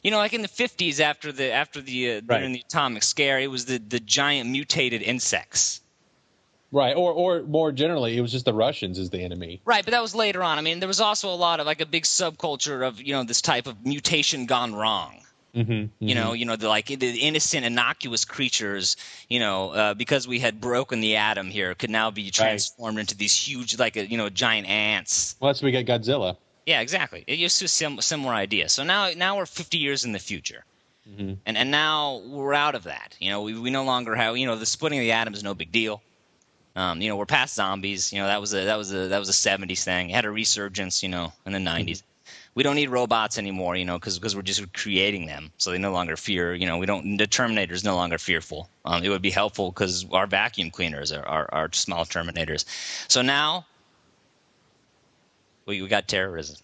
Speaker 1: you know, like in the fifties, after the after the uh, during
Speaker 2: Right.
Speaker 1: the atomic scare, it was the, the giant mutated insects.
Speaker 2: Right. Or or more generally, it was just the Russians as the enemy.
Speaker 1: Right, but that was later on. I mean, there was also a lot of like a big subculture of you know this type of mutation gone wrong.
Speaker 2: Mm-hmm,
Speaker 1: you know you know the like the innocent innocuous creatures you know uh, because we had broken the atom here could now be transformed into these huge like a, you know giant ants
Speaker 2: Well, that's when we got Godzilla.
Speaker 1: yeah exactly it used to sim- similar idea so now now we're 50 years in the future and and now we're out of that you know we, we no longer have you know the splitting of the atom is no big deal um, you know we're past zombies you know that was a that was a that was a 70s thing it had a resurgence you know in the 90s we don't need robots anymore, you know, because we're just creating them, so they no longer fear. You know, we don't. The Terminator is no longer fearful. Um, it would be helpful because our vacuum cleaners are, are are small Terminators. So now we we got terrorism.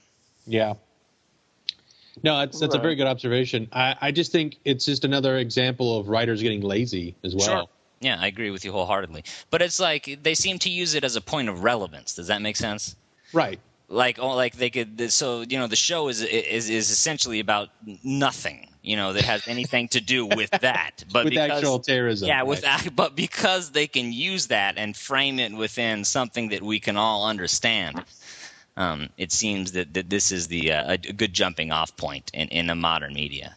Speaker 2: Yeah. No, that's that's a very
Speaker 3: Right.
Speaker 2: good observation. I, I just think it's just another example of writers getting lazy as well.
Speaker 1: Sure. Yeah, I agree with you wholeheartedly. But it's like they seem to use it as a point of relevance. Does that make sense?
Speaker 2: Right.
Speaker 1: like oh like they could th- so you know the show is is is essentially about nothing you know that has anything to do with that but
Speaker 2: With
Speaker 1: because,
Speaker 2: actual terrorism,
Speaker 1: yeah
Speaker 2: right.
Speaker 1: with ac- but because they can use that and frame it within something that we can all understand um, it seems that, that this is the uh, a a good jumping off point in, in the modern media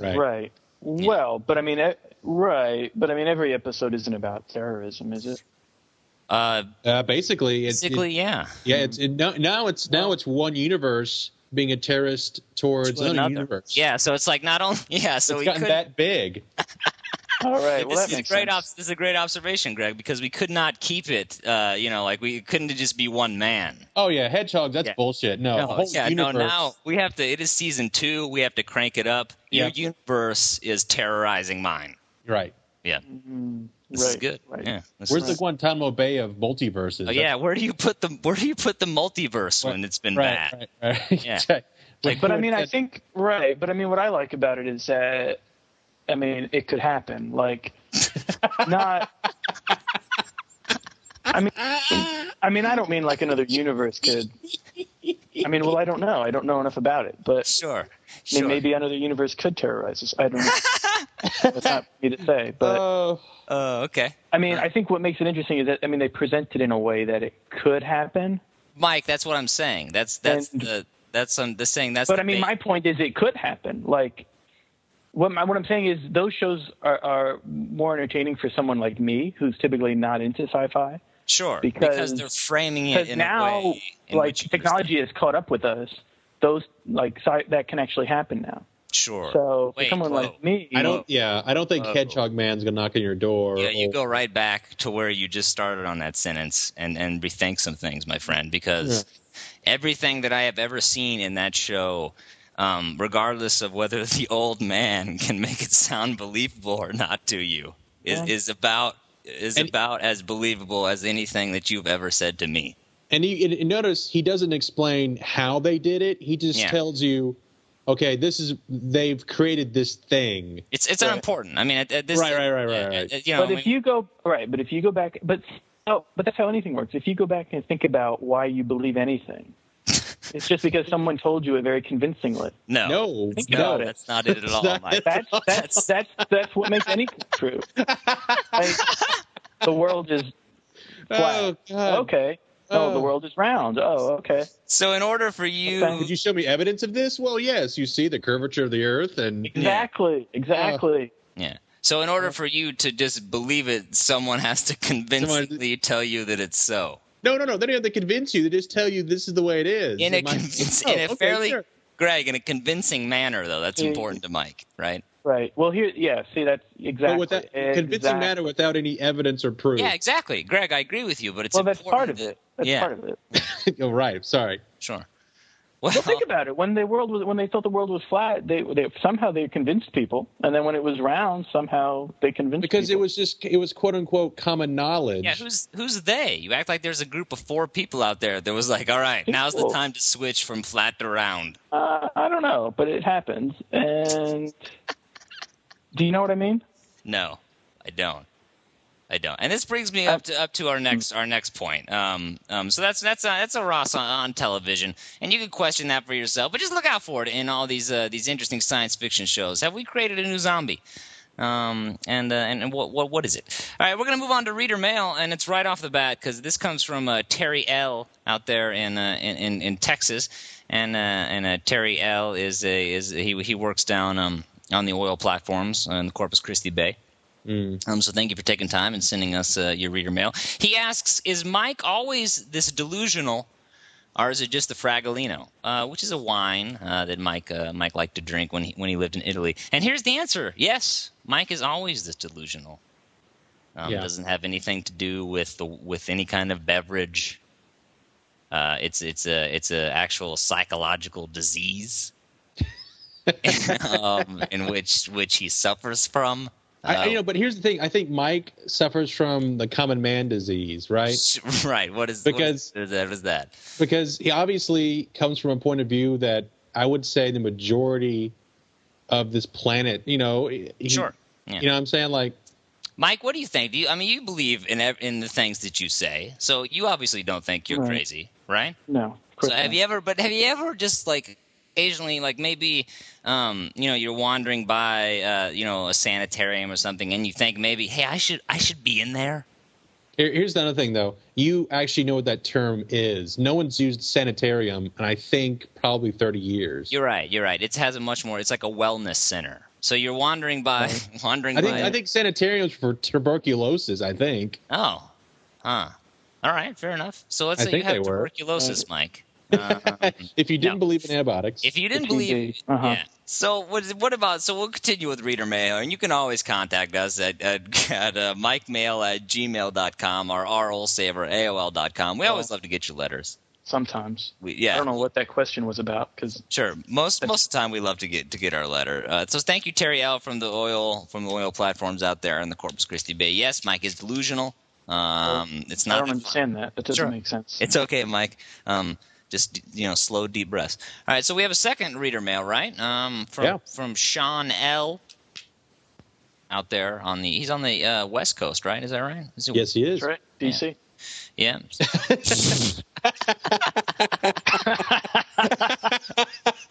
Speaker 2: Right.
Speaker 3: Right. Well, but I mean, e- right. But I mean, every episode isn't about terrorism, is it?
Speaker 1: uh,
Speaker 2: Uh, basically, it's it,
Speaker 1: basically yeah
Speaker 2: yeah. It's it, no, now it's now it's one universe being a terrorist towards
Speaker 1: To
Speaker 2: another,
Speaker 1: another.
Speaker 2: universe.
Speaker 1: yeah so it's like not only yeah so
Speaker 2: it's
Speaker 1: we
Speaker 2: gotten
Speaker 1: could
Speaker 2: that big.
Speaker 3: All right. Well,
Speaker 1: this
Speaker 3: that
Speaker 1: is a
Speaker 3: makes
Speaker 1: great.
Speaker 3: sense.
Speaker 1: Ob- this is a great observation, Greg, because we could not keep it. Uh, you know, like we couldn't just be one man.
Speaker 2: Oh yeah, hedgehogs. That's
Speaker 1: Yeah.
Speaker 2: bullshit. No, a
Speaker 1: No,
Speaker 2: whole
Speaker 1: yeah,
Speaker 2: universe.
Speaker 1: no. Now we have to. It is season two. We have to crank it up. Your
Speaker 2: Yeah.
Speaker 1: universe is terrorizing mine.
Speaker 2: Right.
Speaker 1: Yeah,
Speaker 3: Mm,
Speaker 1: this is
Speaker 3: right,
Speaker 1: good.
Speaker 3: right.
Speaker 1: Yeah, this
Speaker 2: Where's
Speaker 1: is-
Speaker 2: the Guantanamo Bay of multiverses?
Speaker 1: Oh, yeah, where do you put the where do you put the multiverse when it's been
Speaker 2: Right.
Speaker 1: bad?
Speaker 2: Right. right.
Speaker 1: Yeah.
Speaker 2: Right.
Speaker 1: Like,
Speaker 3: But I mean, I think right. But I mean, what I like about it is that, I mean, it could happen. Like, not. I mean, I mean, I don't mean like another universe could. I mean, well, I don't know. I don't know enough about it, but
Speaker 1: Sure,
Speaker 3: I mean,
Speaker 1: sure.
Speaker 3: maybe another universe could terrorize us. I don't know. That's not for me to say, but
Speaker 2: Oh,
Speaker 1: Oh, okay.
Speaker 3: I mean, I think what makes it interesting is that I mean, they present it in a way that it could happen.
Speaker 1: Mike, that's what I'm saying. That's that's
Speaker 3: And-
Speaker 1: the that's um, the saying. That's
Speaker 3: But
Speaker 1: the
Speaker 3: I mean,
Speaker 1: bait.
Speaker 3: my point is it could happen. Like, what, my, what I'm saying is those shows are, are more entertaining for someone like me who's typically not into sci-fi.
Speaker 1: sure
Speaker 3: because-
Speaker 1: they're framing it
Speaker 3: Because
Speaker 1: in a
Speaker 3: now,
Speaker 1: way in
Speaker 3: like,
Speaker 1: which you
Speaker 3: technology has caught up with us. Those like sci- that can actually happen now.
Speaker 1: understand. Sure.
Speaker 3: So for
Speaker 1: Wait,
Speaker 3: someone
Speaker 1: whoa.
Speaker 3: like me,
Speaker 2: I don't. Yeah, I don't think
Speaker 1: Whoa.
Speaker 2: Hedgehog Man's gonna knock on your door.
Speaker 1: Yeah, you
Speaker 2: or-
Speaker 1: go right back to where you just started on that sentence and and rethink some things, my friend, because everything that I have ever seen in that show. Um, regardless of whether the old man can make it sound believable or not to you, is,
Speaker 3: Yeah.
Speaker 1: is about is
Speaker 2: And-
Speaker 1: about as believable as anything that you've ever said to me.
Speaker 2: And he and- and notice he doesn't explain how they did it. He just
Speaker 1: Yeah.
Speaker 2: tells you, okay, this is they've created this thing.
Speaker 1: It's it's
Speaker 3: Right.
Speaker 1: unimportant. I mean, at, at this
Speaker 2: Right, right, right, right,
Speaker 1: uh,
Speaker 2: right.
Speaker 1: uh, You know,
Speaker 3: but
Speaker 1: I mean-
Speaker 3: if you go right, but if you go back, but oh, but that's how anything works. If you go back and think about why you believe anything, it's just because someone told you it very convincingly.
Speaker 1: no,
Speaker 2: No,
Speaker 1: That's
Speaker 3: no.
Speaker 1: not- that's not Oh, it at all,
Speaker 2: not-
Speaker 1: Mike.
Speaker 3: That's that's that's that's what makes anything true. Like, the world is
Speaker 2: Oh
Speaker 3: flat.
Speaker 2: God.
Speaker 3: okay. Oh, the
Speaker 2: Oh.
Speaker 3: world is round. Oh, okay.
Speaker 1: So in order for you,
Speaker 3: Okay.
Speaker 2: Did you show me evidence of this? Well, yes. You see the curvature of the Earth, and
Speaker 3: Exactly.
Speaker 2: Uh,
Speaker 3: Exactly.
Speaker 1: Yeah. So in order for you to just believe it, someone has to convincingly tell you that it's so.
Speaker 2: no, no, no. They don't have to convince you. They just tell you this is the way it is.
Speaker 1: In a,
Speaker 2: It might-
Speaker 1: convinc-
Speaker 2: Oh,
Speaker 1: in a
Speaker 2: okay,
Speaker 1: fairly,
Speaker 2: sure.
Speaker 1: Greg, in a convincing manner, though. That's
Speaker 3: Yeah.
Speaker 1: important to Mike, right?
Speaker 3: Right. Well, here. Yeah. See, that's exactly.
Speaker 2: But without convincing
Speaker 3: exactly.
Speaker 2: matter without any evidence or proof.
Speaker 1: Yeah, exactly. Greg, I agree with you, but it's
Speaker 3: Well, that's part
Speaker 1: important
Speaker 3: of
Speaker 1: that-
Speaker 3: it. That's
Speaker 1: yeah,
Speaker 3: part of it.
Speaker 2: oh, right. Sorry.
Speaker 1: sure. Well,
Speaker 3: Well, think about it. When the world was, when they thought the world was flat, they, they somehow they convinced people, and then when it was round, somehow they convinced
Speaker 2: Because it
Speaker 3: people.
Speaker 2: was just it was quote unquote common knowledge.
Speaker 1: yeah, who's who's they? You act like there's a group of four people out there that was like, all right, now's the
Speaker 3: People.
Speaker 1: time to switch from flat to round.
Speaker 3: Uh, I don't know, but it happens. And do you know what I mean?
Speaker 1: No, I don't. I don't. And this brings me up to up to our next our next point. Um, um, so that's that's a, that's a Ross on, on television, and you can question that for yourself. But just look out for it in all these uh, these interesting science fiction shows. Have we created a new zombie? Um, and uh, and and what what what is it? All right, we're gonna move on to reader mail, and it's right off the bat because this comes from uh, Terry L out there in uh, in, in in Texas, and uh, and uh, Terry L is a is he he works down um on the oil platforms uh, in the Corpus Christi Bay. Um, so thank you for taking time and sending us uh, your reader mail. He asks, "Is Mike always this delusional, or is it just the Fragolino, uh, which is a wine uh, that Mike uh, Mike liked to drink when he when he lived in Italy?" And here's the answer: Yes, Mike is always this delusional. Um,
Speaker 2: Yeah.
Speaker 1: Doesn't have anything to do with the with any kind of beverage. Uh, it's it's a it's a actual psychological disease, um, in which which he suffers from.
Speaker 2: I, I-
Speaker 1: Uh,
Speaker 2: you know, but here's the thing. I think Mike suffers from the common man disease, right?
Speaker 1: S- Right. What is
Speaker 2: Because-
Speaker 1: what is, that is that?
Speaker 2: Because he obviously comes from a point of view that I would say the majority of this planet, you know, he-
Speaker 1: Sure. Yeah.
Speaker 2: You know what I'm saying? Like,
Speaker 1: Mike, what do you think? Do you, I mean, you believe in ev- in the things that you say, so you obviously don't think you're
Speaker 3: Right.
Speaker 1: crazy, right?
Speaker 3: No. of course
Speaker 1: So have
Speaker 3: not.
Speaker 1: you ever? But have you ever just like occasionally, like maybe, um, you know, you're wandering by, uh, you know, a sanitarium or something, and you think maybe, hey, I should I should be in there.
Speaker 2: here, here's the other thing, though. You actually know what that term is. No one's used sanitarium, and I think probably 30 years.
Speaker 1: You're right. You're right. It has a much more. It's like a wellness center. So you're wandering by, wandering
Speaker 2: I think
Speaker 1: by.
Speaker 2: I think sanitariums for tuberculosis. I think.
Speaker 1: Oh, huh. All right, fair enough. So let's
Speaker 2: I
Speaker 1: say you
Speaker 2: think
Speaker 1: have
Speaker 2: they were.
Speaker 1: tuberculosis, Mike. Um,
Speaker 2: if you didn't
Speaker 1: No.
Speaker 2: believe in antibiotics,
Speaker 1: if you didn't
Speaker 3: If you
Speaker 1: believe,
Speaker 3: do, uh-huh.
Speaker 1: yeah. So what? is- What about? So we'll continue with reader mail, and you can always contact us at at, at uh, mikemail at gmail.com or rolsaver aol.com. We
Speaker 3: Oh.
Speaker 1: always love to get your letters.
Speaker 3: Sometimes.
Speaker 1: We, yeah,
Speaker 3: I don't know what that question was about because
Speaker 1: Sure. Most most of the time, we love to get to get our letter. Uh, so thank you, Terry L. from the oil from the oil platforms out there in the Corpus Christi Bay. Yes, Mike is delusional. Um, it's
Speaker 3: I
Speaker 1: not.
Speaker 3: don't understand that. That doesn't
Speaker 1: Sure.
Speaker 3: make sense.
Speaker 1: It's okay, Mike. Um, just you know, slow, deep breaths. All right, so we have a second reader mail, right? Um, from
Speaker 2: Yeah.
Speaker 1: from Sean L. Out there on the, he's on the uh, West Coast, right? Is that right? Is it,
Speaker 2: yes, he is.
Speaker 3: That's right. DC.
Speaker 1: Yeah.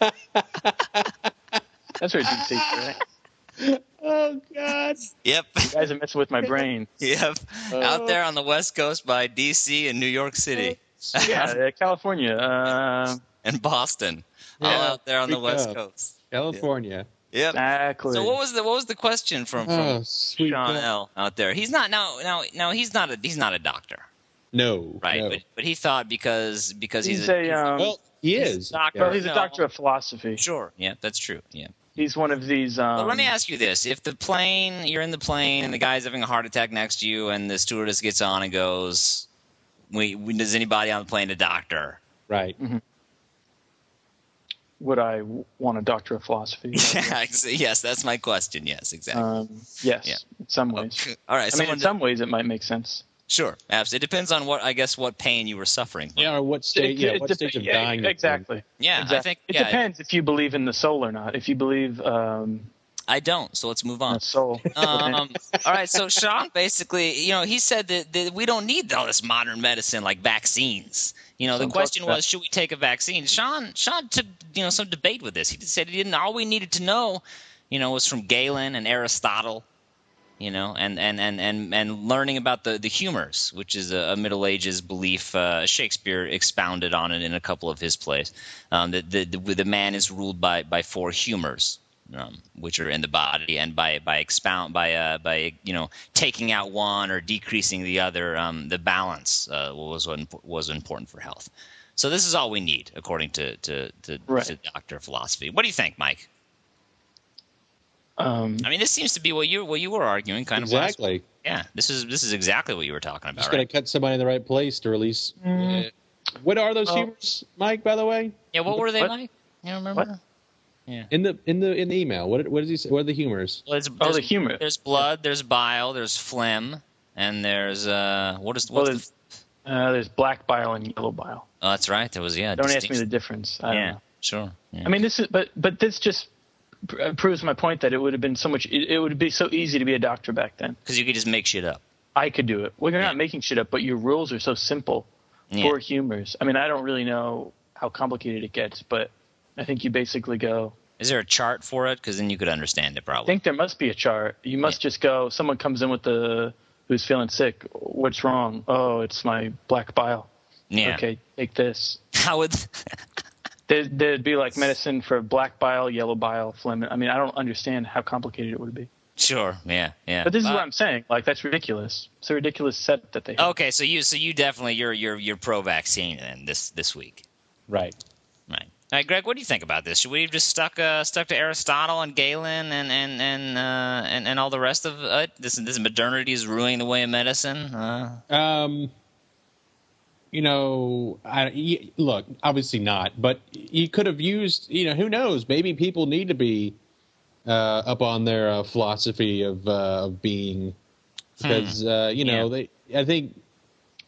Speaker 3: That's where DC is, right?
Speaker 2: Oh God!
Speaker 1: Yep.
Speaker 3: You guys are messing with my brain.
Speaker 1: yep. Out there on the West Coast by D.C. and New York City
Speaker 2: Uh-huh.
Speaker 3: Yeah, uh, California. Uh,
Speaker 1: and Boston. All
Speaker 2: Yeah,
Speaker 1: out there on the
Speaker 2: speak
Speaker 1: West
Speaker 2: up.
Speaker 1: Coast.
Speaker 2: California.
Speaker 1: Yep.
Speaker 3: exactly.
Speaker 1: So what was the what was the question from from
Speaker 2: Oh, sweet
Speaker 1: Sean
Speaker 2: God.
Speaker 1: L. out there? He's not now now now he's not a he's not a doctor.
Speaker 2: No,
Speaker 1: right?
Speaker 2: no.
Speaker 1: But but he thought because because he's,
Speaker 3: he's a, um,
Speaker 2: well, he
Speaker 1: he's a
Speaker 2: is.
Speaker 1: doctor.
Speaker 3: well, he's a
Speaker 1: no.
Speaker 3: doctor of philosophy.
Speaker 1: sure, yeah, that's true, yeah.
Speaker 3: He's one of these. Um,
Speaker 1: But let me ask you this: If the plane, you're in the plane, and the guy's having a heart attack next to you, and the stewardess gets on and goes, "We, we does anybody on the plane a doctor?"
Speaker 2: Right.
Speaker 3: Would I w- want a doctor of philosophy?
Speaker 1: Yeah, ex- yes, that's my question. Yes, exactly.
Speaker 3: um, yes,
Speaker 1: Yeah.
Speaker 3: in some
Speaker 1: Oh,
Speaker 3: ways.
Speaker 1: All right,
Speaker 3: Uh, I mean,
Speaker 1: someone.
Speaker 3: in some ways, it might make sense.
Speaker 1: sure, absolutely. It depends on what I guess what pain you were suffering from.
Speaker 2: Yeah. Or what state?
Speaker 3: It-
Speaker 2: Yeah.
Speaker 3: it
Speaker 2: What
Speaker 3: dep-
Speaker 2: stage of
Speaker 3: yeah,
Speaker 2: dying? you're in.
Speaker 3: Exactly.
Speaker 1: Yeah,
Speaker 3: exactly.
Speaker 1: I think
Speaker 3: it
Speaker 1: yeah,
Speaker 3: depends if you believe in the soul or not. If you believe um,
Speaker 1: I don't. So let's move
Speaker 3: in
Speaker 1: on.
Speaker 3: the soul,
Speaker 1: Um, all right, so Sean basically, you know, he said that, that we don't need all this modern medicine like vaccines. You know, the
Speaker 3: Some
Speaker 1: question
Speaker 3: folks-
Speaker 1: was, should we take a vaccine? Sean, Sean took, you know, some debate with this. He said he didn't. All we needed to know, you know, was from Galen and Aristotle, you know, and and and and and learning about the the humors, which is a, a Middle Ages belief. Uh, Shakespeare expounded on it in a couple of his plays. Um, that the, the the man is ruled by by four humors um, which are in the body, and by by expound by uh, by you know taking out one or decreasing the other, um, the balance uh, was what imp- was important for health. So this is all we need, according to to, to,
Speaker 3: Right.
Speaker 1: to Doctor of Philosophy. What do you think, Mike?
Speaker 3: um,
Speaker 1: I mean, this seems to be what you what you were arguing, kind of.
Speaker 2: Exactly.
Speaker 1: last- Yeah, this is this is exactly what you were talking about,
Speaker 2: Just
Speaker 1: right?
Speaker 2: gotta cut somebody in the right place to release.
Speaker 3: Mm.
Speaker 2: Uh, what are those
Speaker 3: Well-
Speaker 2: humors, Mike? By the way,
Speaker 1: Yeah, what were they,
Speaker 3: What?
Speaker 1: Mike? You don't remember?
Speaker 2: in the in the in the email, what what does he say? What are the humors?
Speaker 1: Well, it's-
Speaker 3: oh,
Speaker 1: there's-
Speaker 3: the humor.
Speaker 1: There's blood, there's bile, there's phlegm, and there's uh, what is
Speaker 3: Well,
Speaker 1: what's
Speaker 3: there's,
Speaker 1: the?
Speaker 3: uh, there's black bile and yellow bile.
Speaker 1: Oh, that's right. There was yeah.
Speaker 3: Don't ask me
Speaker 1: distinction.
Speaker 3: the difference. I don't
Speaker 1: yeah,
Speaker 3: know.
Speaker 1: sure. yeah.
Speaker 3: I mean, this is but but this just pr- uh, proves my point that it would have been so much. It, it would be so easy to be a doctor back then.
Speaker 1: because you could just make shit up.
Speaker 3: I could do it. Well, you're
Speaker 1: Yeah.
Speaker 3: not making shit up, but your rules are so simple
Speaker 1: Yeah.
Speaker 3: for humors. I mean, I don't really know how complicated it gets, but I think you basically go.
Speaker 1: Is there a chart for it? Because then you could understand it
Speaker 3: I
Speaker 1: probably.
Speaker 3: think there must be a chart. You must just go. Someone comes in with the who's feeling sick. What's wrong? Oh, it's my black bile.
Speaker 1: yeah.
Speaker 3: Okay, take this.
Speaker 1: How would?
Speaker 3: There, there'd be like medicine for black bile, yellow bile, phlegm. I mean, I don't understand how complicated it would be.
Speaker 1: sure. Yeah. Yeah.
Speaker 3: But this is
Speaker 1: Well,
Speaker 3: what I'm saying. Like that's ridiculous. It's a ridiculous set that they. Have.
Speaker 1: Okay, so you so you definitely you're you're you're pro vaccine then this this week,
Speaker 2: Right.
Speaker 1: right? All right, Greg, what do you think about this? Should we have just stuck uh, stuck to Aristotle and Galen and and and uh, and, and all the rest of it? This this modernity is ruining the way of medicine. Uh,
Speaker 2: Um, you know, I y look obviously not, but you could have used. You know, who knows? Maybe people need to be uh, up on their uh, philosophy of uh, of being,
Speaker 3: Hmm.
Speaker 2: because uh, you know they. I think.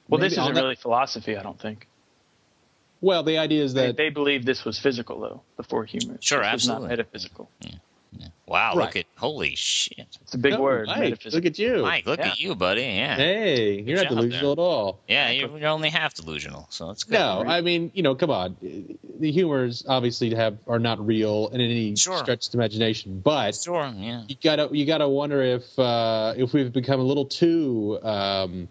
Speaker 3: Well,
Speaker 2: maybe
Speaker 3: this
Speaker 2: on
Speaker 3: isn't
Speaker 2: that-
Speaker 3: really philosophy. I don't think.
Speaker 2: Well, the idea is
Speaker 3: They,
Speaker 2: that
Speaker 3: they believe this was physical though. The four humors.
Speaker 1: Sure,
Speaker 3: This was
Speaker 1: absolutely.
Speaker 3: Not metaphysical.
Speaker 1: wow, look
Speaker 2: Right.
Speaker 1: at holy shit,
Speaker 3: It's a big
Speaker 2: No,
Speaker 3: word.
Speaker 2: Mike,
Speaker 3: metaphysical.
Speaker 2: look at you,
Speaker 1: Mike, look
Speaker 3: Yeah.
Speaker 1: at you, buddy. Yeah,
Speaker 2: Hey, you're not
Speaker 1: job
Speaker 2: delusional at all.
Speaker 1: yeah, you're, you're only half delusional, so that's good.
Speaker 2: No, I mean, you know, come on. The humors obviously have are not real in any
Speaker 1: Sure.
Speaker 2: stretch of the imagination, but
Speaker 1: sure. Yeah,
Speaker 2: you gotta you gotta wonder if uh, if we've become a little too um,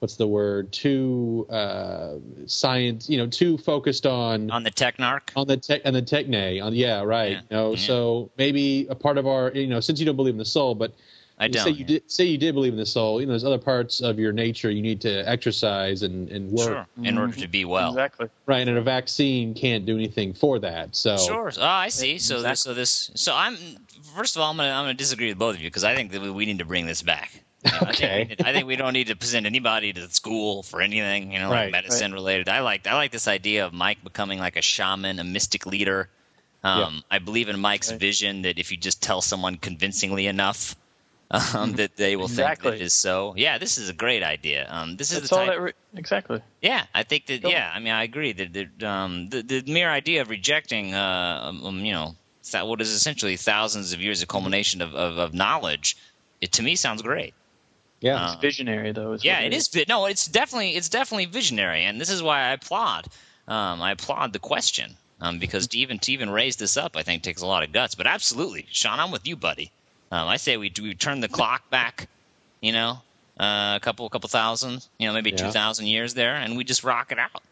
Speaker 2: what's the word too uh, science you know too focused on
Speaker 1: on the technarch.
Speaker 2: on the tech and the techne on yeah right
Speaker 1: Yeah,
Speaker 2: you know,
Speaker 1: yeah.
Speaker 2: so maybe a part of our you know since you don't believe in the soul but
Speaker 1: I don't.
Speaker 2: say you
Speaker 1: yeah.
Speaker 2: did say you did believe in the soul you know there's other parts of your nature you need to exercise and and work
Speaker 1: Sure, in order to be well.
Speaker 3: Exactly.
Speaker 2: right and a vaccine can't do anything for that so
Speaker 1: Sure. Oh, I see. So
Speaker 3: Exactly.
Speaker 1: this, so this, so I'm. First of all, I'm gonna I'm gonna disagree with both of you because I think that we, we need to bring this back. You know, I think we
Speaker 2: Okay.
Speaker 1: need- I think we don't need to present anybody to school for anything, you know, like
Speaker 2: Right,
Speaker 1: medicine related. I like I like this idea of Mike becoming like a shaman, a mystic leader. Um, I believe in Mike's
Speaker 3: Right.
Speaker 1: vision that if you just tell someone convincingly enough, um, that they will
Speaker 3: Mm-hmm. Exactly.
Speaker 1: think it is so. Yeah, this is a great idea. Um, this is
Speaker 3: That's
Speaker 1: the
Speaker 3: all
Speaker 1: type.
Speaker 3: that. Re- exactly.
Speaker 1: Yeah, I think that.
Speaker 3: Sure.
Speaker 1: Yeah, I mean, I agree that, that um, the the mere idea of rejecting, uh, um, you know, that what is essentially thousands of years of culmination of, of, of knowledge, it to me sounds great.
Speaker 2: yeah
Speaker 1: Uh,
Speaker 3: It's visionary though. Is
Speaker 1: yeah,
Speaker 3: what
Speaker 1: it is. vi- No, it's definitely it's definitely visionary, and this is why I applaud. Um, I applaud the question um, because to even to even raise this up, I think takes a lot of guts. But absolutely, Sean, I'm with you, buddy. Um, I say we we turn the clock back, you know, uh, a couple couple thousand, you know, maybe
Speaker 2: Yeah.
Speaker 1: two thousand years there, and we just rock it out.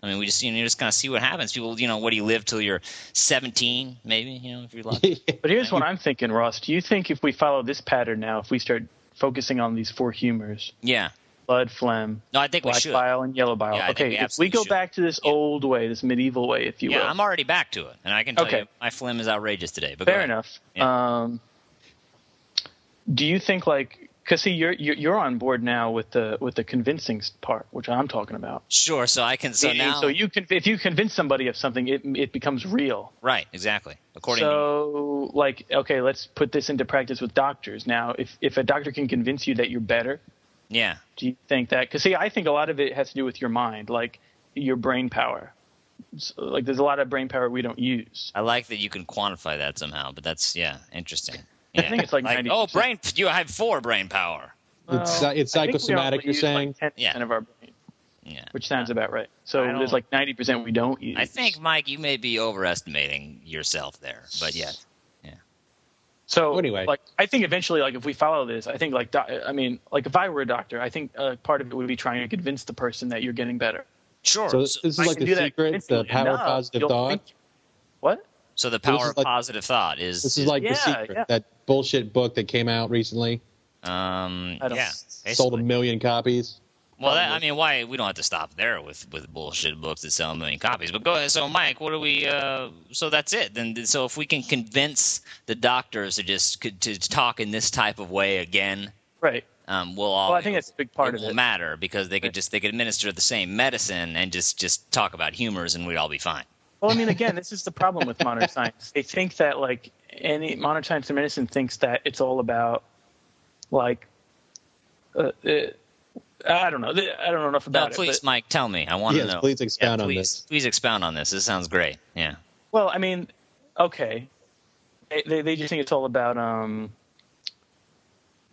Speaker 1: I mean, we just you know you just kind of see what happens. People, you know, what do you live till you're 17, maybe? You know, if you're lucky.
Speaker 3: But here's what I'm thinking, Ross. Do you think if we follow this pattern now, if we start focusing on these four humors,
Speaker 1: yeah.
Speaker 3: blood, phlegm,
Speaker 1: No, I think we
Speaker 3: black
Speaker 1: should.
Speaker 3: bile, and yellow bile,
Speaker 1: Yeah, I think
Speaker 3: okay,
Speaker 1: we
Speaker 3: if we
Speaker 1: absolutely
Speaker 3: go
Speaker 1: should.
Speaker 3: back to this
Speaker 1: Yeah.
Speaker 3: old way, this medieval way, if you
Speaker 1: Yeah,
Speaker 3: will,
Speaker 1: I'm already back to it, and I can tell
Speaker 3: Okay.
Speaker 1: you my phlegm is outrageous today. But go
Speaker 3: fair
Speaker 1: ahead.
Speaker 3: enough. Um, do you think like, because see, you're you're you're on board now with the with the convincing part, which I'm talking about.
Speaker 1: Sure. So I can. So
Speaker 3: Meaning,
Speaker 1: now.
Speaker 3: so you can if you convince somebody of something, it it becomes real.
Speaker 1: Right, exactly. According to
Speaker 3: so, like, okay, let's put this into practice with doctors. Now, if if a doctor can convince you that you're better,
Speaker 1: yeah,
Speaker 3: do you think that? Because see, I think a lot of it has to do with your mind, like your brain power. So, like, there's a lot of brain power we don't use.
Speaker 1: I like that you can quantify that somehow. But that's yeah, interesting. Yeah.
Speaker 3: think it's like 90%.
Speaker 1: oh, brain. You have four brain power.
Speaker 2: It's- it's
Speaker 3: I think we
Speaker 2: psychosomatic,
Speaker 3: only
Speaker 2: you're
Speaker 3: use,
Speaker 2: saying?
Speaker 3: Like 10%
Speaker 1: Yeah.
Speaker 3: of our brain,
Speaker 1: Yeah.
Speaker 3: which sounds about right. So
Speaker 1: I don't-
Speaker 3: there's like 90% we don't use.
Speaker 1: I think Mike, you may be overestimating yourself there. But yeah,
Speaker 3: So
Speaker 2: Anyway.
Speaker 3: like, I think eventually, like, if we follow this, I think, like, doc- I mean, like, if I were a doctor, I think uh, part of it would be trying to convince the person that you're getting better.
Speaker 1: sure.
Speaker 2: so
Speaker 1: So,
Speaker 2: this is
Speaker 3: I
Speaker 2: like the
Speaker 3: can do that
Speaker 2: secret the
Speaker 3: convincingly
Speaker 2: power of
Speaker 3: enough,
Speaker 2: positive
Speaker 3: you'll
Speaker 2: thought
Speaker 3: think- What?
Speaker 1: so the power
Speaker 2: is
Speaker 1: of
Speaker 2: like-
Speaker 1: positive thought is.
Speaker 2: This is like the
Speaker 3: Yeah,
Speaker 2: secret,
Speaker 3: yeah.
Speaker 2: that bullshit book that came out recently,
Speaker 1: Um.
Speaker 3: I don't-
Speaker 1: Yeah.
Speaker 2: sold a
Speaker 1: basically.
Speaker 2: million copies.
Speaker 1: Well, that, I
Speaker 3: Probably.
Speaker 1: mean, why we don't have to stop there with with bullshit books that sell a million copies. But go ahead. So, Mike, what do we? Uh, so that's it. Then, so if we can convince the doctors to just to, to talk in this type of way again,
Speaker 3: Right.
Speaker 1: um, will all.
Speaker 3: Well, I think that's a big part
Speaker 1: it
Speaker 3: of
Speaker 1: won't
Speaker 3: it.
Speaker 1: matter because they could
Speaker 3: Right.
Speaker 1: just they could administer the same medicine and just just talk about humors and we'd all be fine.
Speaker 3: Well, I mean, again, this is the problem with modern science. They think that like any modern science and medicine thinks that it's all about like uh, uh, I don't know. I don't know enough
Speaker 1: No,
Speaker 3: about it.
Speaker 1: please,
Speaker 3: but-
Speaker 1: Mike, tell me. I want
Speaker 2: Yes,
Speaker 1: to know.
Speaker 2: please expound
Speaker 1: yeah,
Speaker 2: on
Speaker 1: please,
Speaker 2: this.
Speaker 1: Please expound on this. This sounds great. Yeah.
Speaker 3: well, I mean, okay, they, they just think it's all about um.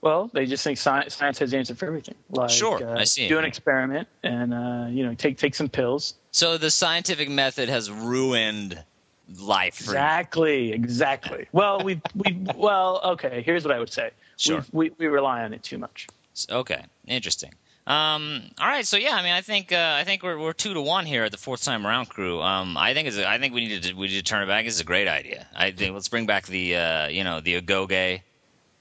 Speaker 3: Well, they just think science, science has the answer for everything. Like,
Speaker 1: Sure,
Speaker 3: uh,
Speaker 1: I see.
Speaker 3: Do an experiment and uh, you know take take some pills.
Speaker 1: So the scientific method has ruined life for
Speaker 3: Exactly, exactly. Well, we we well okay. Here's what I would say.
Speaker 1: Sure.
Speaker 3: We, we we rely on it too much.
Speaker 1: Okay, interesting. Um, all right, so yeah, I mean, I think uh, I think we're, we're two to one here at the fourth time round crew. Um, I think it's a, I think we need to we need to turn it back. This is a great idea. I think let's bring back the uh, you know the agoge.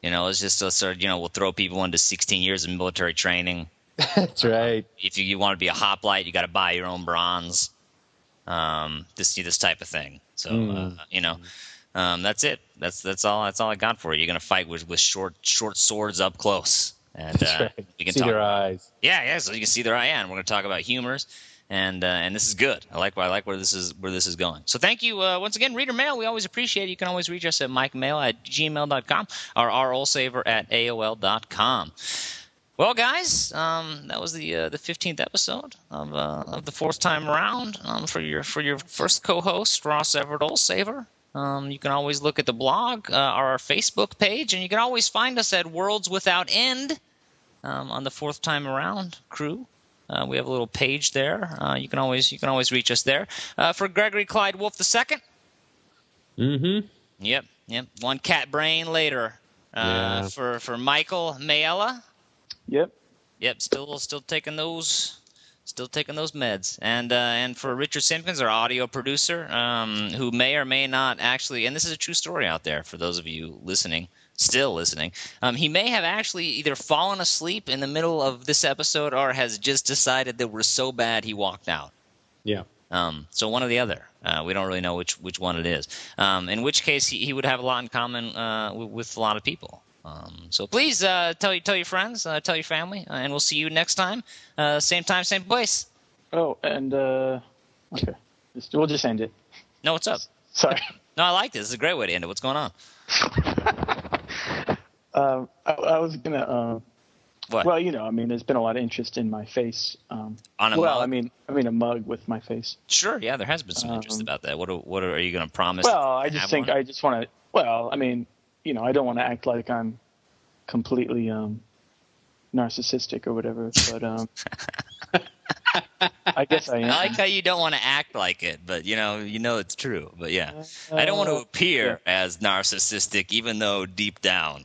Speaker 1: You know, it's just a sort of, you know we'll throw people into 16 years of military training. Um,
Speaker 2: That's right.
Speaker 1: If you, you want to be a hoplite, you got to buy your own bronze. Um, this this type of thing. So
Speaker 2: Mm.
Speaker 1: uh, you know, um, that's it. That's that's all. That's all I got for you. You're gonna fight with with short short swords up close, and
Speaker 2: That's
Speaker 1: uh,
Speaker 2: right.
Speaker 1: we can
Speaker 2: See
Speaker 1: talk.
Speaker 2: their eyes.
Speaker 1: Yeah, yeah. So you can see there I am. We're going to talk about humors, and uh, and this is good. I like I like where this is where this is going. So thank you uh, once again, reader mail. We always appreciate it. You can always reach us at mikemail at gmail.com or rlsaver at aol.com. Well, guys, um, that was the uh, the fifteenth episode of uh, of the fourth time around um, for your for your first co-host Ross Everett Olsaver. Um, you can always look at the blog uh, or our Facebook page, and you can always find us at Worlds Without End um, on the fourth time around crew. Uh, we have a little page there. Uh, you can always you can always reach us there. Uh, for Gregory Clyde Wolf the second.
Speaker 2: Mm-hmm.
Speaker 1: Yep, yep. One cat brain later. Uh,
Speaker 2: Yeah.
Speaker 1: For for Michael Mayella.
Speaker 3: Yep.
Speaker 1: Yep, still still taking those still taking those meds. And uh, and for Richard Simpkins, our audio producer, um, who may or may not actually, and this is a true story out there for those of you listening, still listening, um, he may have actually either fallen asleep in the middle of this episode or has just decided that we're so bad he walked out.
Speaker 2: Yeah.
Speaker 1: Um, so one or the other. Uh, we don't really know which which one it is. Um, in which case, he, he would have a lot in common uh, with, with a lot of people. Um, so please uh, tell you tell your friends, uh, tell your family, uh, and we'll see you next time. Uh, same time, same place.
Speaker 3: Oh, and uh, okay. Just, we'll just end it.
Speaker 1: No, what's up?
Speaker 3: Sorry.
Speaker 1: No, I like this. This is a great way to end it. What's going on?
Speaker 3: um, I, I was gonna. Um,
Speaker 1: What
Speaker 3: well, you know, I mean, there's been a lot of interest in my face. Um,
Speaker 1: on a
Speaker 3: well,
Speaker 1: mug?
Speaker 3: I mean, I mean, a mug with my face.
Speaker 1: sure, yeah, there has been some interest
Speaker 3: Um,
Speaker 1: about that. What are, what are, are you going to promise?
Speaker 3: Well, I
Speaker 1: to
Speaker 3: just
Speaker 1: have
Speaker 3: think
Speaker 1: one?
Speaker 3: I just want to. Well, I mean, you know, I don't want to act like I'm completely um, narcissistic or whatever, but um, I guess I am.
Speaker 1: I like how you don't want to act like it, but you know you know it's true. But yeah, I don't want to
Speaker 3: Uh,
Speaker 1: appear as narcissistic, even though deep down,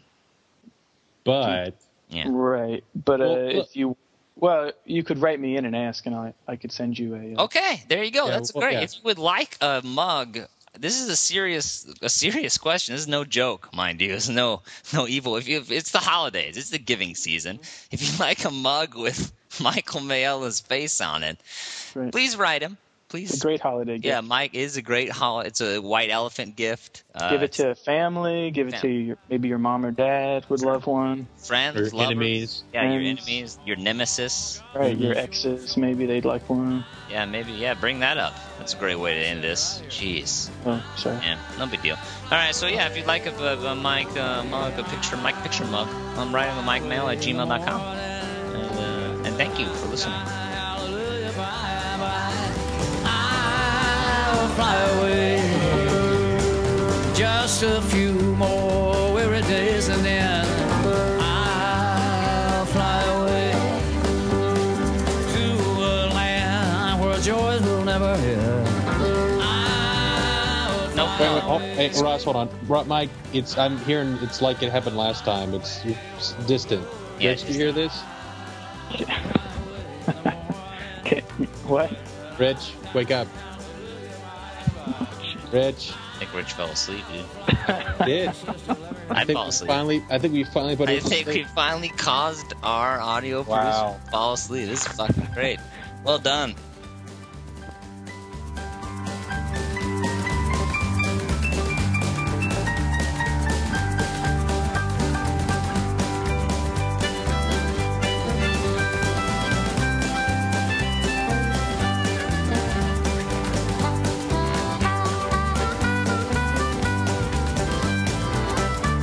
Speaker 2: But
Speaker 1: yeah.
Speaker 3: Right, but uh,
Speaker 2: Well, look-
Speaker 3: if you, well, you could write me in and ask, and I I could send you a. uh,
Speaker 1: Okay, there you go.
Speaker 2: Yeah,
Speaker 1: That's
Speaker 2: well,
Speaker 1: great.
Speaker 2: yeah.
Speaker 1: If you would like a mug, this is a serious a serious question. This is no joke, mind you. It's no no evil. If you it's the holidays, it's the giving season.
Speaker 3: Mm-hmm.
Speaker 1: If you like a mug with Michael Mayella's face on it,
Speaker 3: right.
Speaker 1: please write him.
Speaker 3: It's
Speaker 1: Please.
Speaker 3: a great holiday gift.
Speaker 1: Yeah, Mike is a great holiday. It's a white elephant gift. Uh,
Speaker 3: give it to family. Give it to your, maybe your mom or dad would love one.
Speaker 1: friends,
Speaker 2: Your
Speaker 1: lovers.
Speaker 2: enemies.
Speaker 1: Yeah, your
Speaker 3: Friends.
Speaker 1: enemies, your nemesis.
Speaker 2: Mhm.
Speaker 3: Right,
Speaker 1: Mm-hmm.
Speaker 3: your exes maybe they'd like one.
Speaker 1: Yeah, maybe. Yeah, bring that up. That's a great way to end this. Jeez.
Speaker 3: Oh, sorry.
Speaker 1: Yeah, no big deal. All right, so yeah, if you'd like a, a, a mic uh, mug, a picture, mic picture mug, I'm writing a mic mail at gmail.com. And, uh, and thank you for listening.
Speaker 4: I'll fly away. Just a few more weary days and then I'll fly away to a land where joys will never end. I'll
Speaker 1: No,
Speaker 2: Wait, wait, oh, hey, Ross, hold on. Ro- Mike, it's I'm hearing it's like it happened last time. It's, it's distant.
Speaker 1: Yeah,
Speaker 2: Rich, do you hear this?
Speaker 3: Okay. What?
Speaker 2: Rich, wake up. Rich,
Speaker 1: I think Rich fell asleep, dude.
Speaker 2: did
Speaker 1: I,
Speaker 2: think
Speaker 1: fall
Speaker 2: we
Speaker 1: asleep.
Speaker 2: finally? I think we finally put
Speaker 1: I
Speaker 2: it. to
Speaker 1: think we
Speaker 2: sleep.
Speaker 1: finally caused our audio producer
Speaker 2: Wow.
Speaker 1: to fall asleep. This is fucking great. Well done.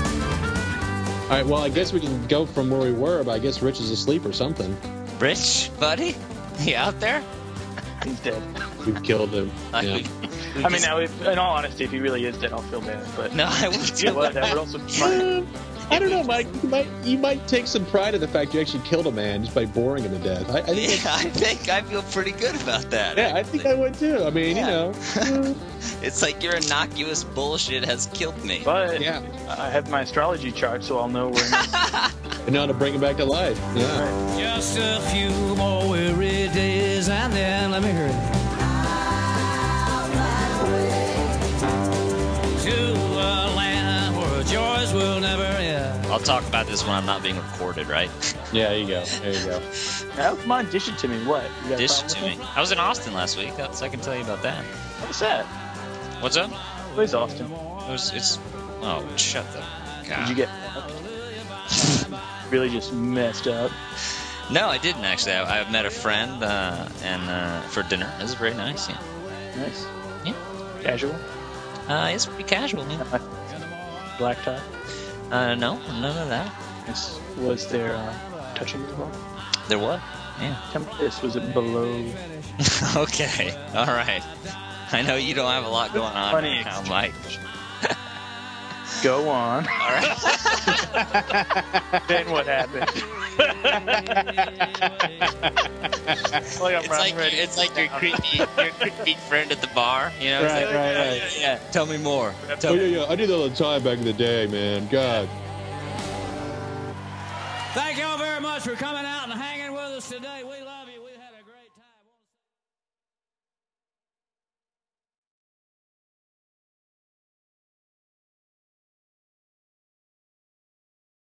Speaker 2: All right. Well, I guess we can go from where we were, but I guess Rich is asleep or something.
Speaker 1: Rich, buddy, you out there?
Speaker 3: He's dead.
Speaker 2: We've killed him.
Speaker 1: Like,
Speaker 2: Yeah.
Speaker 1: we- we
Speaker 3: I mean,
Speaker 1: just-
Speaker 3: now, if, in all honesty, if he really is dead, I'll feel bad. But
Speaker 1: no, I would
Speaker 3: you know
Speaker 1: do
Speaker 3: what? That would also be fine.
Speaker 2: I don't know, Mike. You might you might take some pride in the fact you actually killed a man just by boring him to death. I, I think
Speaker 1: Yeah,
Speaker 2: that's-
Speaker 1: I think I feel pretty good about that.
Speaker 2: yeah, I think I would too. I mean,
Speaker 1: Yeah.
Speaker 2: you know,
Speaker 1: It's like your innocuous bullshit has killed me.
Speaker 2: uh,
Speaker 3: But
Speaker 2: yeah,
Speaker 3: I have my astrology chart, so I'll know where.
Speaker 2: and now to bring him back to life. Yeah,
Speaker 4: Just a few more weary days and then let me hear it. To a land where joys will never end.
Speaker 1: I'll talk about this when I'm not being recorded, right?
Speaker 2: yeah. There you go. There you go.
Speaker 3: Now, oh, come on, dish it to me. What? You got a
Speaker 1: Dish it to
Speaker 3: problem
Speaker 1: me.
Speaker 3: with
Speaker 1: I was in Austin last week. That's I can tell you about that.
Speaker 3: it? What's that?
Speaker 1: What's up?
Speaker 3: Where's Austin?
Speaker 1: It was, it's oh shut the.
Speaker 3: Did
Speaker 1: God.
Speaker 3: you get really just messed up?
Speaker 1: No, I didn't actually. I, I met a friend uh, and uh, for dinner. It was very nice. Yeah,
Speaker 3: Nice.
Speaker 1: Yeah.
Speaker 3: Casual.
Speaker 1: uh, it's pretty casual. Yeah.
Speaker 3: Black tie.
Speaker 1: Uh, no, none of that.
Speaker 3: This was there uh, touching involved?
Speaker 1: There was. Yeah.
Speaker 3: Tell me this. Was it below?
Speaker 1: okay. All right. I know you don't have a lot going on
Speaker 3: Funny
Speaker 1: right now, Mike.
Speaker 3: Go on.
Speaker 1: All right.
Speaker 3: then what happened? like I'm
Speaker 1: It's like
Speaker 3: ready.
Speaker 1: it's like your creepy your creepy friend at the bar. You know. It's
Speaker 2: Right,
Speaker 1: like,
Speaker 2: right,
Speaker 1: Yeah,
Speaker 2: right.
Speaker 1: yeah, yeah. Tell me more.
Speaker 2: Oh yeah, yeah. I did that all the time back in the day, man. God.
Speaker 4: Thank y'all very much for coming out and hanging with us today. We love you. We have-